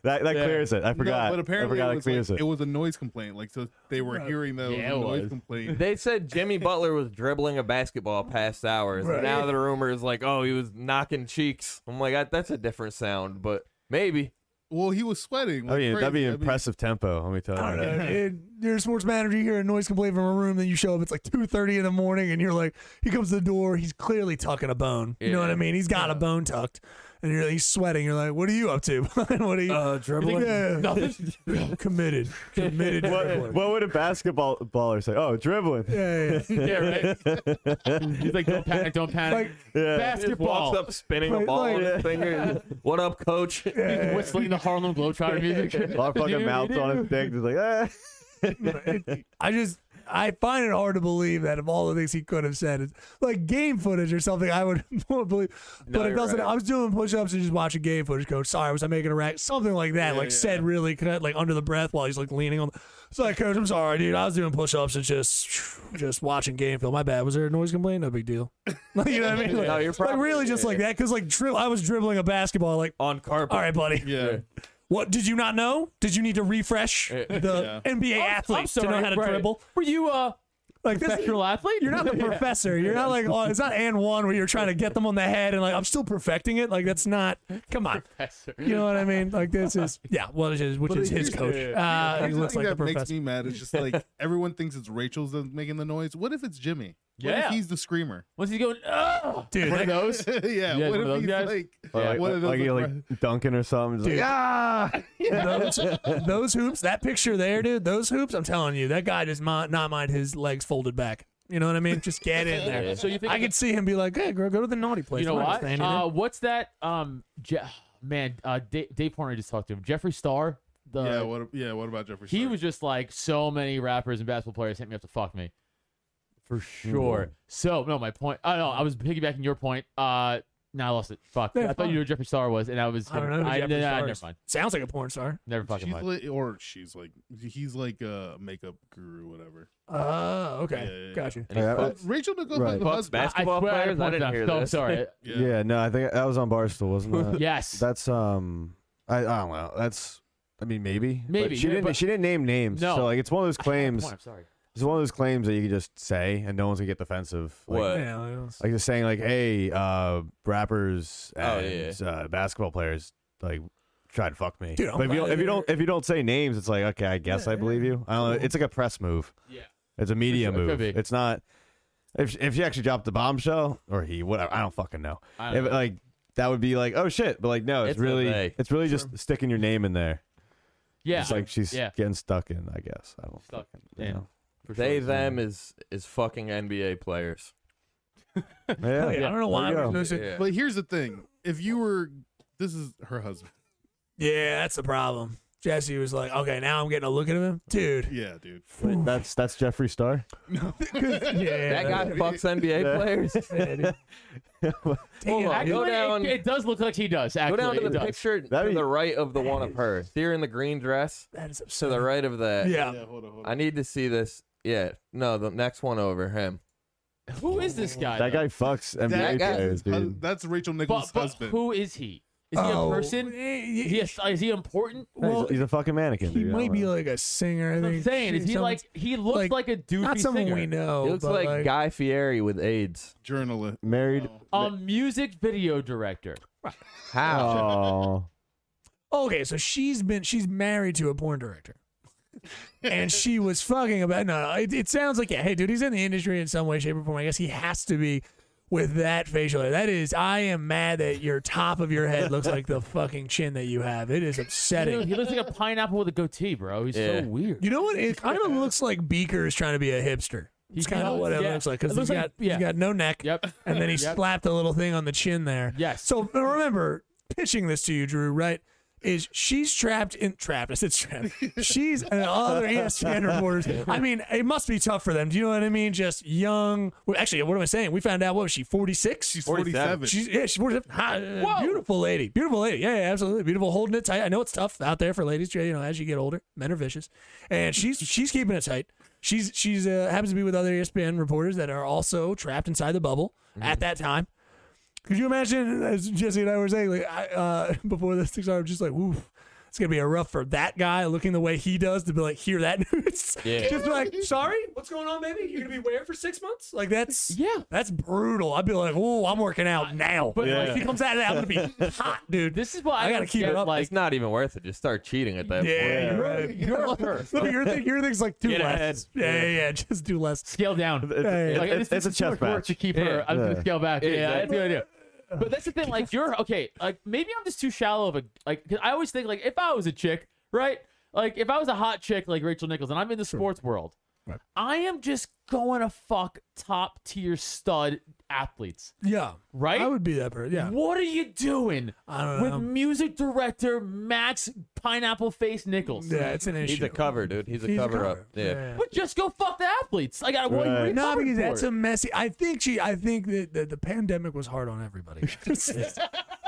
S4: That, that
S3: Yeah.
S4: clears it. I forgot.
S6: No, but
S4: I
S6: apparently
S4: forgot
S6: it,
S4: that
S6: was
S4: clears
S6: like,
S4: it.
S6: it was a noise complaint. Like so, they were hearing that it
S3: Yeah, it
S6: was a
S3: was.
S6: noise complaint.
S5: they said Jimmy Butler was dribbling a basketball past hours.
S2: Right.
S5: And now the rumor is like, oh, he was knocking cheeks. I'm like, "I- that's a different sound, but maybe.
S6: Well, he was sweating.
S4: I
S6: like
S4: mean, that'd
S6: crazy.
S4: be
S6: I mean,
S4: impressive tempo. Let me tell you.
S2: I don't
S4: that.
S2: know. dude. you're a sports manager. You hear a noise complaint from a room, then you show up. It's like two thirty in the morning, and you're like, he comes to the door. He's clearly tucking a bone. You know what I
S5: Yeah.
S2: mean? He's got a bone tucked, and you're he's sweating. You're like, what are you up to? [LAUGHS] what are you? Uh, dribbling. Yeah.
S3: nothing.
S2: [LAUGHS] committed, committed. dribbler.
S4: What, what would a basketball baller say? Oh, dribbling.
S2: Yeah, yeah, yeah.
S3: [LAUGHS] Yeah, right. He's like, don't panic, don't panic.
S2: Like,
S4: Yeah.
S5: Just walks
S3: Basketball.
S5: up spinning a
S2: Like-
S5: ball
S2: like-
S5: on his finger. What up, coach?
S3: Whistling the Harlem
S5: [LAUGHS]
S3: Globetrotter music.
S4: Our fucking mouths on his dick. Just like, ah.
S2: [LAUGHS] I just I find it hard to believe that of all the things he could have said, it's like game footage or something. I would [LAUGHS] more believe,
S5: No,
S2: but it
S5: you're
S2: doesn't.
S5: right.
S2: I was doing push-ups and just watching game footage. Coach, sorry, was I making a rack? Something like that. like said really kind of like under the breath while he's like leaning on. It's like, coach, I'm sorry, dude. I was doing push-ups and just just watching game film. My bad. Was there a noise complaint? No big deal. [LAUGHS] Like, you know what I mean? Like,
S5: [LAUGHS] No, you're
S2: like,
S5: probably-
S2: really just like that because like dribble. I was dribbling a basketball. Like,
S5: [LAUGHS] on carpet.
S2: all right, buddy.
S6: Yeah.
S2: What did you not know? Did you need to refresh
S3: Uh,
S5: Yeah.
S2: the NBA
S3: I'm
S2: athletes to know
S3: sorry,
S2: how to
S3: right.
S2: dribble?
S3: Were you uh
S2: Like this,
S3: professional athlete.
S2: you're not the
S3: [LAUGHS] Yeah.
S2: professor. You're not like oh, it's not and one where you're trying to get them on the head and like I'm still perfecting it. Like that's not. Come on.
S3: professor.
S2: You know what I mean? Like this is yeah. Well, which is, which
S6: But
S2: is
S6: here's
S2: his
S6: the-
S2: coach. Uh, he
S6: Here's
S2: looks
S6: the
S2: like
S6: thing
S2: the
S6: that makes
S2: professor.
S6: me mad is just like [LAUGHS] everyone thinks it's Rachel's that's making the noise. What if it's Jimmy? What
S3: Yeah.
S6: if he's the screamer?
S3: Once he's going, oh,
S2: Dude,
S6: [LAUGHS]
S3: one of those.
S6: yeah,
S3: one of
S6: What if
S3: those
S6: he's
S3: guys?
S6: like
S4: Or
S3: Yeah,
S4: like,
S6: one of those
S4: like, you're, like Duncan or something. Just like,
S2: Dude.
S4: ah!
S3: [LAUGHS]
S6: [LAUGHS]
S2: those, those hoops, that picture there, dude. Those hoops. I'm telling you, that guy does mi- not mind his legs folded back. You know what I mean? Just get
S3: [LAUGHS]
S2: in there.
S3: So you think
S2: I could see him be like, "Hey, girl, go to the naughty place."
S3: you know
S2: Mine
S3: what?
S2: standing
S3: Uh, what's that? Um, Je- [SIGHS] man, uh, D- Dave Portnoy just talked to him. Jeffree Star. The
S6: yeah, what yeah, what about Jeffrey?
S3: Uh, he
S6: Star?
S3: was just like so many rappers and basketball players hit me up to fuck me, for sure. So no, my point. Oh no, I was piggybacking your point. Uh, now I lost it. Fuck.
S2: Yeah,
S3: I thought
S2: fine.
S3: you knew who Jeffree Star was, and I was.
S2: in. I don't know. Who
S3: I,
S2: Jeffree
S3: nah,
S2: Star
S3: never
S2: is.
S3: mind.
S2: Sounds like a porn star.
S3: Never fucking
S6: She's
S3: mind.
S6: like, or she's like he's like a makeup guru, whatever.
S2: Oh, okay,
S6: Yeah, yeah, yeah.
S2: gotcha.
S5: And he
S4: Yeah,
S5: fucks-
S6: Rachel Nichols
S4: Right.
S6: is the
S5: Fucks
S6: husband.
S5: back. Basketball
S3: I, swear
S5: players? I
S3: pointed
S5: didn't
S3: out.
S5: hear
S3: No, I'm
S5: this.
S3: Oh,
S5: [LAUGHS]
S3: sorry.
S6: Yeah.
S4: "Ah." Yeah, no, I think that was on Barstool, wasn't it?
S6: [LAUGHS]
S3: yes.
S4: That's um, I, I don't know. That's I mean maybe but
S3: Maybe,
S4: she
S3: yeah,
S4: didn't
S3: but-
S4: she didn't name names.
S3: No.
S4: so like it's one of those claims.
S3: Point, I'm sorry.
S4: It's one of those claims that you can just say and no one's gonna get defensive. Like,
S5: What?
S2: Yeah, I don't-
S4: Like just saying like, hey, uh, rappers
S5: Oh,
S4: and uh, basketball players like tried to fuck me.
S2: Dude, I'm
S4: but if you,
S2: glad
S4: don't, if you
S2: you're-
S4: don't if you don't say names, it's like okay, I guess I believe you. I don't know. It's like a press move.
S3: Yeah.
S4: It's a media
S3: sure, it could
S4: move.
S3: be.
S4: It's not. If if she actually dropped the bombshell or he whatever, I don't fucking know.
S3: I don't
S4: If,
S3: know.
S4: like that would be like oh shit, but like no, it's,
S5: It's a
S4: really
S5: they.
S4: it's really just sticking your name in there.
S3: Yeah.
S4: it's like she's
S3: yeah.
S4: getting stuck in. I guess I don't.
S3: Stuck.
S4: fucking-
S3: Yeah.
S4: You know.
S3: for sure.
S5: They them is is fucking NBA players.
S4: yeah.
S2: I don't know
S4: There
S2: why.
S4: you go.
S2: there's no-
S5: Yeah.
S6: But here's the thing: if you were, this is her husband.
S2: Yeah, that's the problem. Jesse was like, "Okay, now I'm getting a look at him, dude."
S6: [LAUGHS] Yeah, [LAUGHS] dude.
S4: Wait, that's that's Jeffree Star.
S6: [LAUGHS]
S5: That
S2: Yeah,
S5: guy fucks NBA players.
S4: [LAUGHS]
S2: damn,
S5: I
S2: dude.
S5: go
S3: Actually,
S5: down-
S3: It, it does look like he does.
S5: Go
S3: Actually,
S5: down to
S3: it
S5: the
S3: does.
S5: picture to
S4: That'd be-
S5: the right of the one of her. Here in the green dress,
S2: that is
S5: to the
S2: absurd.
S5: right of that.
S2: Yeah,
S6: Yeah, hold on, hold on.
S5: I need to see this. Yeah, no, the next one over him.
S3: Who is this guy?
S4: That
S3: though?
S4: guy fucks NBA
S6: That
S5: guy-
S4: players,
S6: Hu-
S4: dude.
S6: that's Rachel Nichols'
S3: But, but
S6: husband.
S3: who is he? Is he
S2: Oh,
S3: a person?
S2: eh,
S3: Is he, a, is he important?
S4: No, he's-
S2: well,
S4: he's, a fucking mannequin.
S2: he
S4: dude. I
S2: might
S4: don't
S2: be
S4: know.
S2: like a singer. I
S3: That's what
S2: think
S3: I'm saying. Is he
S2: Someone's-
S3: like he looks
S2: like,
S3: like, a doofy
S2: not someone
S3: singer?
S2: we know.
S5: He looks
S2: but
S5: like, Guy Fieri with AIDS.
S6: Journalist.
S3: [LAUGHS]
S4: married.
S3: A
S4: [LAUGHS]
S3: music video director.
S5: How?
S4: Oh,
S2: Okay, so she's been she's married to a porn
S3: [LAUGHS]
S2: director, and she was fucking about. No, no it, it sounds like yeah. Hey, dude, he's in the industry in some way, shape, or form. I guess he has to be with that facial hair. That is, I am mad that your top of your head looks like the
S3: [LAUGHS]
S2: fucking chin that you have. It is
S3: Dude, [LAUGHS]
S2: upsetting.
S3: he looks
S2: [LAUGHS]
S3: like a pineapple with a goatee, bro. He's
S5: Yeah.
S3: so weird.
S2: You know what? It kind of looks like Beaker is trying to be a hipster. It's
S3: He
S2: kind of
S3: does,
S2: what it
S3: yeah.
S2: looks like
S3: It
S2: because he's
S3: looks like-
S2: got
S3: yeah.
S2: he's got no neck. [LAUGHS]
S3: Yep.
S2: and then he
S3: Yep.
S2: slapped a little thing on the chin there.
S3: Yes.
S2: So but remember, pitching this to you, Drew, right? Is she's trapped in trapped? I said
S3: [LAUGHS]
S2: trapped. She's and other E ESPN reporters. I mean, it must be tough for them. Do you know what I mean? Just young. well, Actually, what am I saying? We found out. What was she? Forty six.
S6: She's
S5: 47.
S6: 47.
S2: She's yeah, she's worth
S3: Whoa.
S2: beautiful lady, beautiful lady. Yeah, yeah, absolutely beautiful, holding it tight. I know it's tough out there for ladies. You know, as you get older, men are vicious, and she's she's keeping it tight. She's she's uh, happens to be with other ESPN reporters that are also trapped inside the bubble at that time. Could you imagine, as Jesse and I were saying, like I, uh, [LAUGHS] before this six I'm just like, woof. It's gonna be a rough for that guy looking the way he does to be like hear that news.
S5: Yeah.
S2: [LAUGHS] Just be like, sorry, what's going on, baby? You're gonna be where for six months? Like that's
S3: Yeah.
S2: that's brutal. I'd be like, oh, I'm working out now. But like,
S4: Yeah.
S2: if he comes out of that, [LAUGHS] I'm gonna be hot, dude.
S3: This is why I,
S2: I gotta
S3: don't
S2: keep it
S3: get,
S2: up.
S3: Like,
S5: It's not even worth it. Just start cheating at that point.
S2: yeah,
S4: Yeah.
S2: you're right. You're right. Look, your thing, your thing's like two
S4: Get
S2: less.
S4: ahead.
S2: Yeah, yeah, yeah, just do less.
S3: scale down.
S4: [LAUGHS] It's- it's-
S3: Like,
S4: it's-
S3: this-
S4: it's a
S3: this is too
S4: chess
S3: much work
S4: match.
S3: to keep her.
S5: Yeah.
S3: I'm just gonna
S4: Yeah.
S3: scale back. Yeah, that's
S5: exactly.
S3: the idea. But that's the thing. Like you're okay. Like maybe I'm just too shallow of a like. 'cause I always think like if I was a chick, right? Like if I was a hot chick like Rachel Nichols and I'm in the sports world, I am just going to fuck top tier stud athletes,
S2: Yeah,
S3: right?
S2: I would be that person. Yeah,
S3: What are you doing
S2: I don't
S3: with
S2: know.
S3: music director Max Pineapple Face Nichols?
S2: yeah, it's an issue.
S5: He's a cover, dude. He's a
S2: He's a
S5: cover, up.
S2: cover.
S5: Yeah. [LAUGHS]
S3: But just go fuck the athletes. I got one.
S4: Right.
S2: No, because that's a messy. I think she. I think that the, the pandemic was hard on everybody.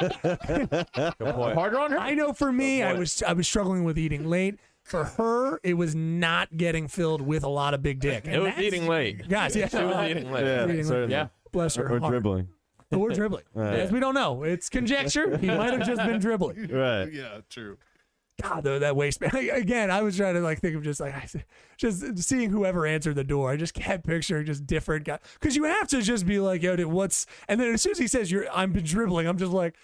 S5: Good point.
S3: harder on her.
S2: I know for me, I was I was struggling with eating late. For her, it was not getting filled with a lot of big dick.
S5: It was eating late.
S2: Guys, yeah,
S5: It was eating late.
S4: yeah,
S2: Reading like-
S4: certainly.
S3: Yeah.
S2: bless her.
S4: Or
S2: heart.
S3: [LAUGHS]
S4: dribbling.
S2: But we're dribbling.
S4: Yeah.
S2: As we don't know. It's conjecture. He might have just been dribbling.
S4: Right.
S6: yeah, true.
S2: God, though that waistband again. [LAUGHS] I was trying to like think of just like [LAUGHS] just seeing whoever answered the door. I just kept picturing just different guys because you have to just be like, yo, dude, what's? And then as soon as he says, "You're," I'm dribbling. I'm just like,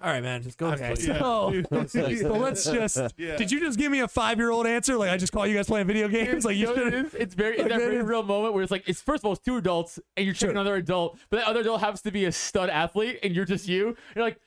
S2: all right, man, just go. Okay, so, [LAUGHS] so let's just.
S6: Yeah.
S2: Did you just give me a five year old answer? Like I just call you guys playing video games? [LAUGHS] Like you
S3: know what it
S2: should.
S3: is? It's very it's that
S2: Like,
S3: very
S2: that is-
S3: real moment where it's like it's first of all it's two adults and you're checking
S2: Sure.
S3: another adult, but that other adult happens to be a stud athlete and you're just you. You're like,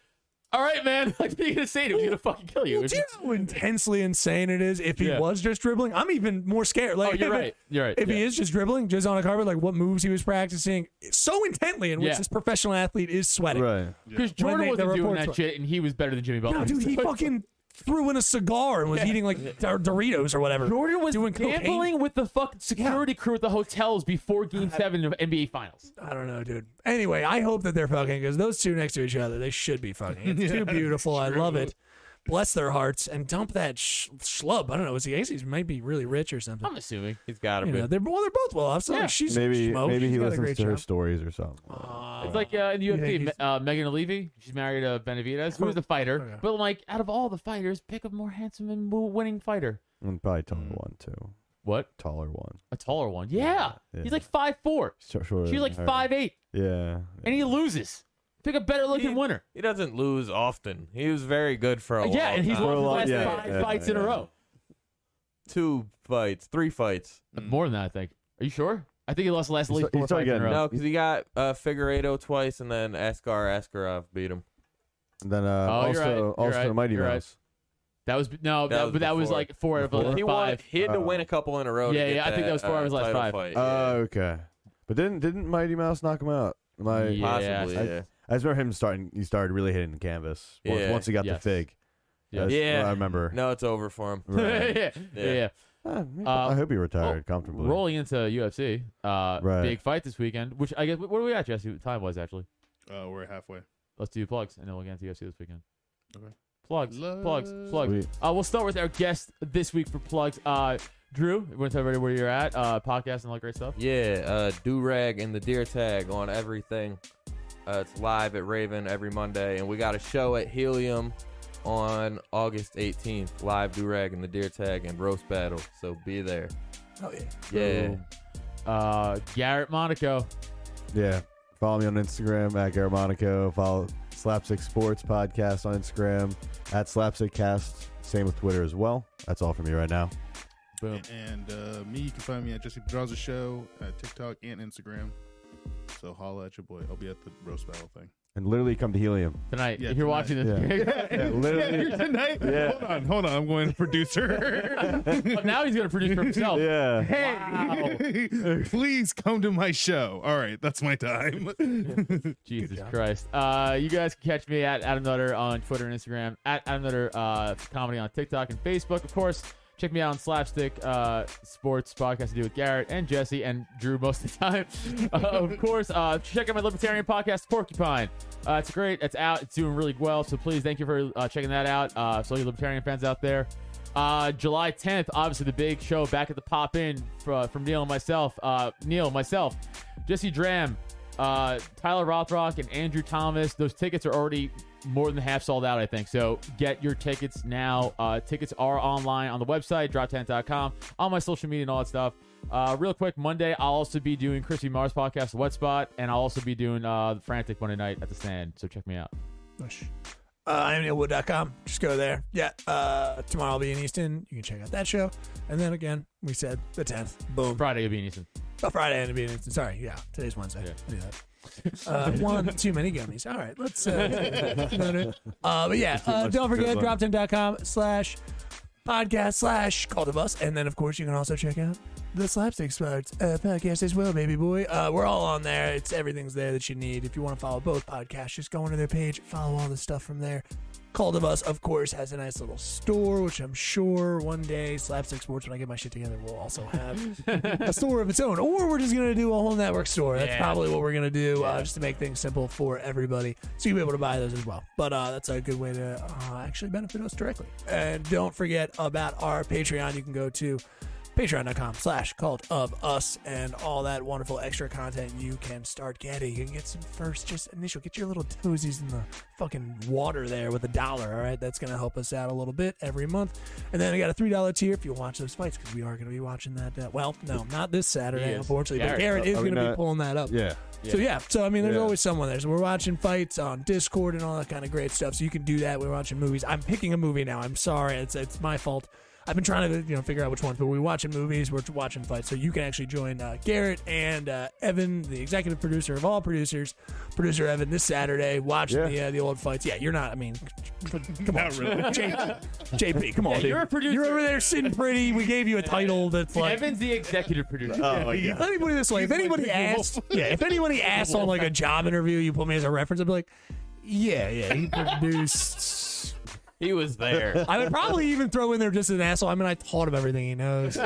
S3: all right, man, [LAUGHS] like what are you gonna say to him? He's gonna fucking kill you.
S2: Do
S3: It's
S2: you
S3: just-
S2: know how intensely insane it is if he
S3: Yeah.
S2: was just dribbling? I'm even more scared. Like
S3: oh,
S2: if
S3: you're
S2: it-
S3: right. You're right.
S2: If
S3: yeah.
S2: he is just dribbling, just on a carpet, like what moves he was practicing so intently, in which
S3: Yeah.
S2: this professional athlete is sweating.
S4: Right.
S3: because
S2: When
S3: Jordan
S2: they- the
S3: wasn't doing
S2: reports
S3: that
S2: were-
S3: shit and he was better than Jimmy Butler.
S2: No,
S3: [LAUGHS]
S2: dude, he fucking threw in a cigar and was eating like Dor- Doritos or whatever.
S3: Jordan was
S2: doing
S3: gambling
S2: cocaine.
S3: with the fucking security crew at the hotels before Game Seven of NBA Finals.
S2: I don't know, dude. Anyway, I hope that they're fucking because those two next to each other, they should be fucking.
S3: [LAUGHS]
S2: It's too beautiful. I love it. Bless their hearts and dump that sh- schlub. I don't know. Is he? He's might be really rich or something.
S3: I'm assuming.
S5: He's got to
S2: You
S5: be.
S2: know, they're well, they're both well off. So
S3: Yeah.
S2: like, she's
S4: Maybe
S2: schmo.
S4: maybe
S2: She's
S4: he
S2: got a
S4: listens
S2: great
S4: to her
S2: job.
S4: stories or something.
S3: It's like uh, in the
S2: You think
S3: UFC, Me-
S2: he's-
S3: uh, Megan Levy. She's married to Benavidez, who's a fighter.
S2: Okay.
S3: But like, out of all the fighters, pick a more handsome and mo- winning fighter.
S4: And Mm, probably taller
S3: Hmm.
S4: one too.
S3: What?
S4: Taller one.
S3: A taller one? Yeah.
S4: Yeah.
S3: He's like five four.
S4: Short, shorter
S3: She's
S4: than
S3: like
S4: her.
S3: five eight,
S4: Yeah.
S3: and he loses. Pick a better looking
S5: He-
S3: winner.
S5: He doesn't lose often. He was very good for
S3: Uh,
S5: a
S3: yeah,
S5: long
S3: and he's
S5: time.
S3: won the last
S4: yeah,
S3: five
S4: yeah,
S3: fights in a
S4: yeah.
S3: row.
S5: two fights, three fights.
S6: Mm.
S3: More than that, I think. Are you sure? I think he lost the last at
S4: He's-
S3: least four
S4: he's already
S3: fights in a
S4: getting-
S3: row.
S5: No, because he got uh, Figueredo twice, and then Askar Askarov beat him.
S4: And then uh,
S3: Oh,
S4: also
S3: you're right, you're
S4: also
S3: right,
S4: Mighty
S3: you're right.
S4: Mouse.
S3: That was no,
S5: That
S3: that,
S5: was
S3: but that was
S5: before.
S3: like four of the
S5: He won.
S3: five. Oh.
S5: He had to
S4: Uh,
S5: win a couple in a row. to
S3: Yeah,
S5: get
S3: yeah, I think that was four
S5: uh,
S3: of his last
S5: title
S3: five.
S5: Fight.
S4: Oh,
S5: yeah.
S4: okay. But didn't didn't Mighty Mouse knock him out? Am I
S3: Yeah.
S5: Possibly,
S4: I-
S5: yeah.
S4: I just remember him starting. He started really hitting the canvas once,
S5: Yeah.
S4: once he got
S3: Yes.
S4: the fig.
S3: Yes.
S4: That's
S5: Yeah.
S4: what I remember.
S5: No, it's over for him.
S3: [LAUGHS]
S4: Right.
S3: yeah, yeah, yeah.
S4: Ah,
S3: Uh,
S4: I hope he retired
S3: Oh,
S4: comfortably.
S3: Rolling into UFC, uh,
S4: Right.
S3: big fight this weekend. Which I guess what are we at, Jesse? What time was actually?
S6: Uh, we're halfway.
S3: Let's do plugs, and then we'll get into UFC this weekend.
S6: Okay.
S3: Plugs, plugs, plugs.
S4: Sweet.
S3: Uh, we'll start with our guest this week for plugs. Uh, Drew, you want to tell everybody where you're at? Uh, podcast and all that great stuff.
S5: [LAUGHS] Yeah, uh, do rag and the deer tag on everything. Uh, it's live at Raven every Monday, and we got a show at Helium on August 18th. Live do rag and the deer tag and roast battle. So be there.
S2: Oh yeah.
S5: Yeah,
S3: Uh, Garrett Monaco.
S4: Yeah. Follow me on Instagram at Garmonico. Follow Slapstick Sports Podcast on Instagram at Slapstick Cast. Same with Twitter as well. That's all from me right now.
S3: Boom.
S6: And uh, me, you can find me at Jesse Pedraza Show at TikTok and Instagram. So holla at your boy. I'll be at the roast battle [LAUGHS] thing.
S4: And literally come to Helium.
S3: Tonight,
S6: Yeah,
S3: if you're
S6: tonight.
S3: watching this,
S4: [LAUGHS] Yeah, literally.
S6: tonight.
S4: Yeah.
S6: Hold on, hold on. I'm going [LAUGHS] producer.
S3: [LAUGHS] But now he's gonna produce for himself.
S4: [LAUGHS] Yeah.
S3: Hey,
S6: Please come to my show. All right, that's my [LAUGHS] time.
S3: Jesus Christ. Uh, you guys can catch me at Adam Nutter on Twitter and Instagram, at Adam Nutter uh, Comedy on TikTok and Facebook. Of course, check me out on Slapstick uh, Sports Podcast I do with Garrett and Jesse and Drew most of the time. [LAUGHS] Uh, of course, uh, check out my libertarian podcast, Porcupine. Uh, it's great. It's out. It's doing really well. So please thank you for uh, checking that out. Uh, so all you libertarian fans out there. Uh, July 10th, obviously the big show back at the pop in uh, from Neil and myself. Uh, Neil, myself, Jesse Dram, uh, Tyler Rothrock, and Andrew Thomas. Those tickets are already more than half sold out, I think. So get your tickets now. Uh, tickets are online on the website, drop10.com, on my social media and all that stuff. Uh, real quick, Monday I'll also be doing Christy Mars podcast, The Wet Spot, and I'll also be doing uh, the Frantic Monday night at the Sand. So check me out.
S2: Push. Uh, I'm neilwood.com. Just go there. Yeah. Uh, tomorrow I'll be in Easton. You can check out that show. And then again, we said the 10th. Boom.
S3: Friday, you'll be in Easton.
S2: Oh, Friday and be in Easton. Sorry. Yeah. Today's Wednesday.
S3: Yeah.
S2: I knew that. Uh, [LAUGHS] one too many gummies. All right, let's. Uh, [LAUGHS] no, no. Uh, but yeah, uh, don't forget droptim.com slash podcast slash call to bus, and then of course you can also check out the slapstick sports uh, podcast as well, baby boy. Uh, we're all on there. It's everything's there that you need. If you want to follow both podcasts, just go into their page, follow all the stuff from there. Call to Us, of course, has a nice little store, which I'm sure one day Slapstick Sports, when I get my shit together, will also have [LAUGHS] a store of its own. Or we're just gonna do a whole network store. That's probably what we're gonna do, uh, just to make things simple for everybody, so you'll be able to buy those as well. But uh, that's a good way to uh, actually benefit us directly. And don't forget about our Patreon. You can go to patreon.com slash cult of us and all that wonderful extra content you can start getting you can get some first just initial get your little toesies in the fucking water there with a dollar all right that's gonna help us out a little bit every month and then i got a three dollar tier if you watch those fights because we are gonna be watching that uh, well no not this saturday
S3: Yes.
S2: unfortunately but
S3: Garrett.
S2: garrett is
S4: Are we
S2: gonna be
S4: not-
S2: pulling that up
S4: Yeah.
S2: so yeah, so I mean, there's
S4: Yeah.
S2: always someone there. So we're watching fights on Discord and all that kind of great stuff. So you can do that. We're watching movies. I'm picking a movie now. I'm sorry, it's it's my fault. I've been trying to you know figure out which ones, but we're watching movies. We're watching fights. So you can actually join uh, Garrett and uh, Evan, the executive producer of all producers, producer Evan, this Saturday. Watch
S4: Yeah.
S2: the uh, the old fights. Yeah, you're not. I mean, come on,
S6: Not really.
S2: J- JP, come on, dude.
S3: you're a producer.
S2: You're over there sitting pretty. We gave you a title that's like
S3: Evan's the executive producer.
S4: Oh, yeah.
S2: let me put it this way: if
S6: He's like
S2: anybody
S6: Big
S2: asked, yeah, if anybody asked on like a job interview, you put me as a reference, I'd be like, yeah, yeah, he produced.
S3: he was
S2: [LAUGHS]
S3: there.
S2: I would probably even throw in there just as an asshole. I mean, I taught him everything he knows.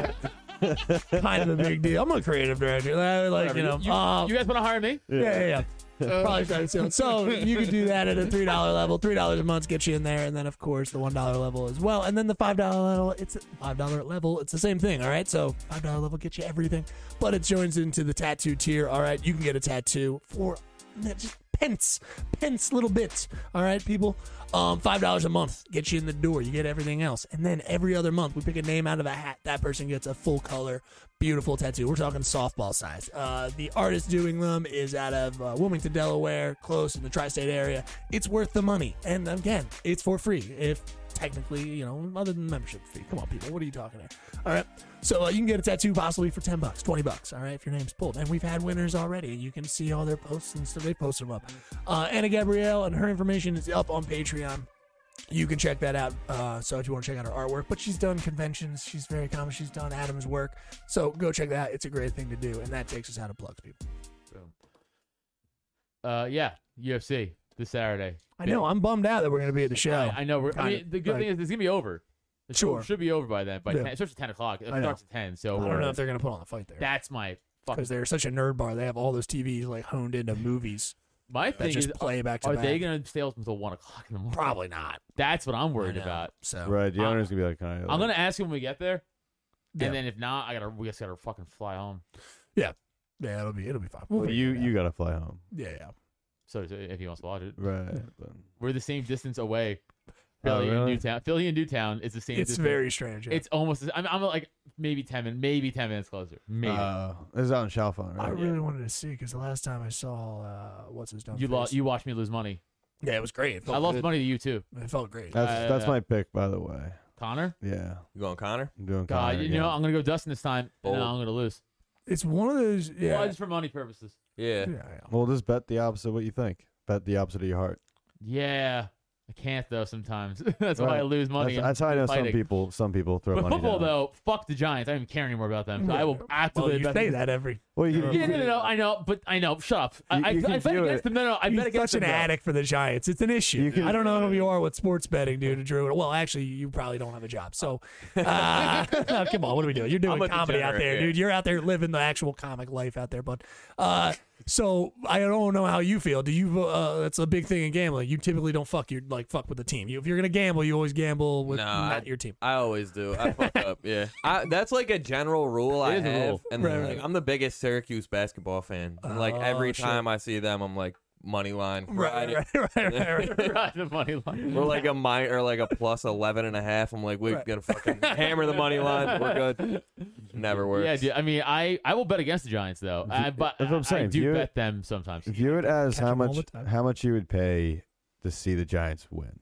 S2: kind of a big deal. I'm a creative director. I, like you know,
S3: you,
S2: uh,
S3: you guys want to hire me?
S2: yeah, yeah, yeah. Probably try to sell it. So you can do that at a three dollar level. Three dollars a month gets you in there, and then of course the one dollar level as well, and then the five dollar level. It's five dollar level. It's the same thing. All right, so five dollar level gets you everything, but it joins into the tattoo tier. All right, you can get a tattoo for just pence, pence, little bits. All right, people. Um, five dollars a month gets you in the door. You get everything else, and then every other month we pick a name out of a hat. That person gets a full color, beautiful tattoo. We're talking softball size. Uh, the artist doing them is out of uh, Wilmington, Delaware, close in the tri-state area. It's worth the money, and again, it's for free. If technically, you know, other than membership fee. Come on, people, what are you talking here? All right, so uh, you can get a tattoo possibly for ten bucks, twenty bucks. All right, if your name's pulled, and we've had winners already. You can see all their posts and stuff. They post them up. Uh, Anna Gabrielle and her information is up on Patreon. You can check that out. Uh, so if you want to check out her artwork, but she's done conventions. She's very common. She's done Adam's work. So go check that. out. It's a great thing to do, and that takes us out of plugs, people.
S3: Uh, yeah, UFC this Saturday.
S2: I know I'm bummed out that we're gonna be at the show.
S3: I, I know. We're, I
S2: Kinda,
S3: mean, the good
S2: like-
S3: thing is it's gonna be over. The show
S2: Sure.
S3: should be over by then. By
S2: Yeah.
S3: 10, especially ten o'clock. It
S2: I know.
S3: starts at ten. So
S2: I don't know if they're gonna put on a fight there.
S3: that's my fucking.
S2: because they're such a nerd bar. They have all those TVs like honed into movies
S3: My
S2: that
S3: thing
S2: just
S3: is,
S2: play back to
S3: are
S2: back.
S3: they gonna stay open until one o'clock in the morning?
S2: Probably not.
S3: That's what I'm worried
S2: I know.
S3: about.
S2: So
S4: Right. The
S3: I'm-
S4: owner's gonna be like, kind of.
S3: I'm gonna ask him when we get there,
S2: Yeah.
S3: and then if not, I gotta we just gotta fucking fly home.
S2: yeah, it'll be it'll be fine. We'll
S4: Well,
S2: figure
S4: you
S2: it out.
S4: you gotta fly home.
S2: yeah yeah.
S3: So so if he wants to watch it,
S4: Right. But,
S3: we're the same distance away.
S4: Oh,
S3: Philly and
S4: really?
S3: Newtown. Philly and Newtown is the same.
S2: It's
S3: distance.
S2: very strange. yeah.
S3: It's almost. I'm, I'm like maybe ten minutes, maybe ten minutes closer. Maybe
S4: uh, this is out in Chalfont,
S2: I
S4: right?
S2: really wanted to see because the last time I saw uh, what's his name.
S3: you lost. You watched me lose money.
S2: Yeah, it was great. It felt
S3: I lost
S2: good.
S3: money to you too,
S2: It felt great.
S4: That's
S3: Uh,
S4: that's my pick, by the way.
S3: Connor.
S4: Yeah,
S5: You going Connor?
S4: I'm doing.
S3: God,
S4: Connor
S3: you
S4: again.
S3: know I'm gonna go Dustin this time, and
S5: Bold.
S3: I'm gonna lose.
S2: It's one of those. Yeah.
S3: Well, just for money purposes.
S5: Yeah.
S2: yeah, yeah.
S4: Well, just bet the opposite of what you think. Bet the opposite of your heart.
S3: Yeah, I can't though. Sometimes [LAUGHS] that's why I
S4: Right.
S3: lose money.
S4: That's,
S3: in
S4: that's how I know
S3: fighting.
S4: some people. Some people throw
S3: But
S4: money
S3: football
S4: down.
S3: though, fuck the Giants. I don't even care anymore about them. So I will
S2: Well,
S3: absolutely
S2: you
S3: bet
S2: say that every.
S4: Well, you,
S3: [LAUGHS] Yeah, no, no, no. I know, but I know. Shut up. I,
S4: You-
S3: I,
S4: you
S3: I
S4: can
S3: bet
S4: do
S3: against
S4: it.
S3: them. No, no, I
S2: He's
S3: bet against
S2: such an
S3: them. though.
S2: addict for the Giants. It's an issue.
S4: You can-
S2: I don't know who you are with sports betting, dude. Drew. Well, actually, you probably don't have a job. So, uh, [LAUGHS] come on, what are we doing? You're
S5: I'm
S2: doing
S5: a
S2: comedy out
S5: degenerate,
S2: there,
S5: yeah.
S2: dude. You're out there living the actual comic life out there, bud. Uh, so I don't know how you feel. Do you? Uh, that's a big thing in gambling. You typically don't fuck your like fuck with the team. You, if you're gonna gamble, you always gamble with
S5: No, I-
S2: not your
S5: [LAUGHS]
S2: team.
S5: I always do.
S2: [LAUGHS]
S5: I fuck up. Yeah, I, that's like a general rule I
S3: is a
S5: have.
S3: rule.
S5: And
S2: Right,
S5: like,
S2: right.
S5: I'm the biggest Syracuse basketball fan. And, like
S2: Oh,
S5: every
S2: shit.
S5: time I see them, I'm like money line.
S2: Right,
S5: Friday.
S2: right, right, right, right,
S3: [LAUGHS]
S2: right.
S3: Right, the money line.
S5: We're like a mi or like a plus 11 and a half. I'm like, we
S2: Right.
S5: gotta fucking hammer the money line.
S3: [LAUGHS]
S5: We're
S2: [LAUGHS]
S5: good. Never works.
S3: Yeah, dude. I mean, I, I will bet against the Giants though. I, but
S4: that's
S3: I-
S4: what I'm
S3: I
S4: saying.
S3: do
S4: View it-
S3: bet them sometimes.
S4: View it as
S2: catch
S4: how
S2: 'em all
S4: much
S2: the time.
S4: how much you would pay to see the Giants win.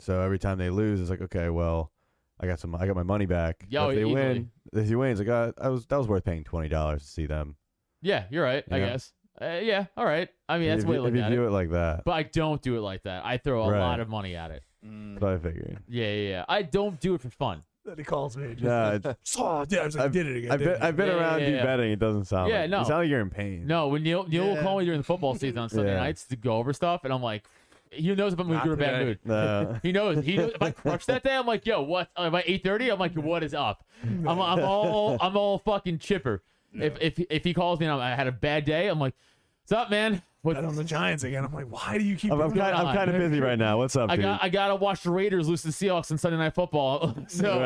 S4: So every time they lose, it's like, okay, well, I got some, I got my money back.
S3: Yo,
S4: if they
S3: easily.
S4: win, if you win, it's like, uh, I was that was worth paying twenty dollars to see them.
S3: Yeah, you're right. I
S4: Yeah.
S3: guess. Uh, yeah. All right. I mean, that's
S4: if
S3: the way
S4: you,
S3: to
S4: if
S3: look
S4: you
S3: at
S4: view
S3: it.
S4: it. like that,
S3: But I don't do it like that. I throw a
S4: Right.
S3: lot of money at it.
S4: that's what
S2: [LAUGHS]
S4: I figured.
S3: Yeah, yeah, yeah. I don't do it for fun.
S2: Then he calls me. Just,
S4: Nah, it's-
S2: oh, dude, I was like,
S4: I've-
S2: did it again.
S4: I've
S2: did it
S4: been, I've been
S3: Yeah, yeah,
S4: around
S3: yeah,
S4: you
S3: yeah.
S4: betting. It doesn't sound.
S3: Yeah,
S4: like,
S3: no.
S4: You sound like you're in pain.
S3: No, when Neil Neil will call me during the football season on Sunday
S4: Yeah.
S3: nights to go over stuff, and I'm like, he knows if I'm in a
S5: Not
S3: bad
S5: today.
S3: mood. [LAUGHS]
S4: No.
S3: He knows. He knows if I crush that day, I'm like, yo, what? Uh, by eight thirty, I'm like, what is up? I'm, I'm all I'm all fucking chipper. If if if he calls me and I'm, I had a bad day, I'm like, what's up, man? What-
S2: bet on the Giants again. I'm like, why do you keep?
S4: I'm,
S2: doing
S4: I'm,
S2: that?
S4: kind,
S3: on?
S4: I'm kind of busy right now. What's up,
S3: I
S4: dude?
S3: got I gotta watch the Raiders lose to the Seahawks on Sunday Night Football. [LAUGHS] so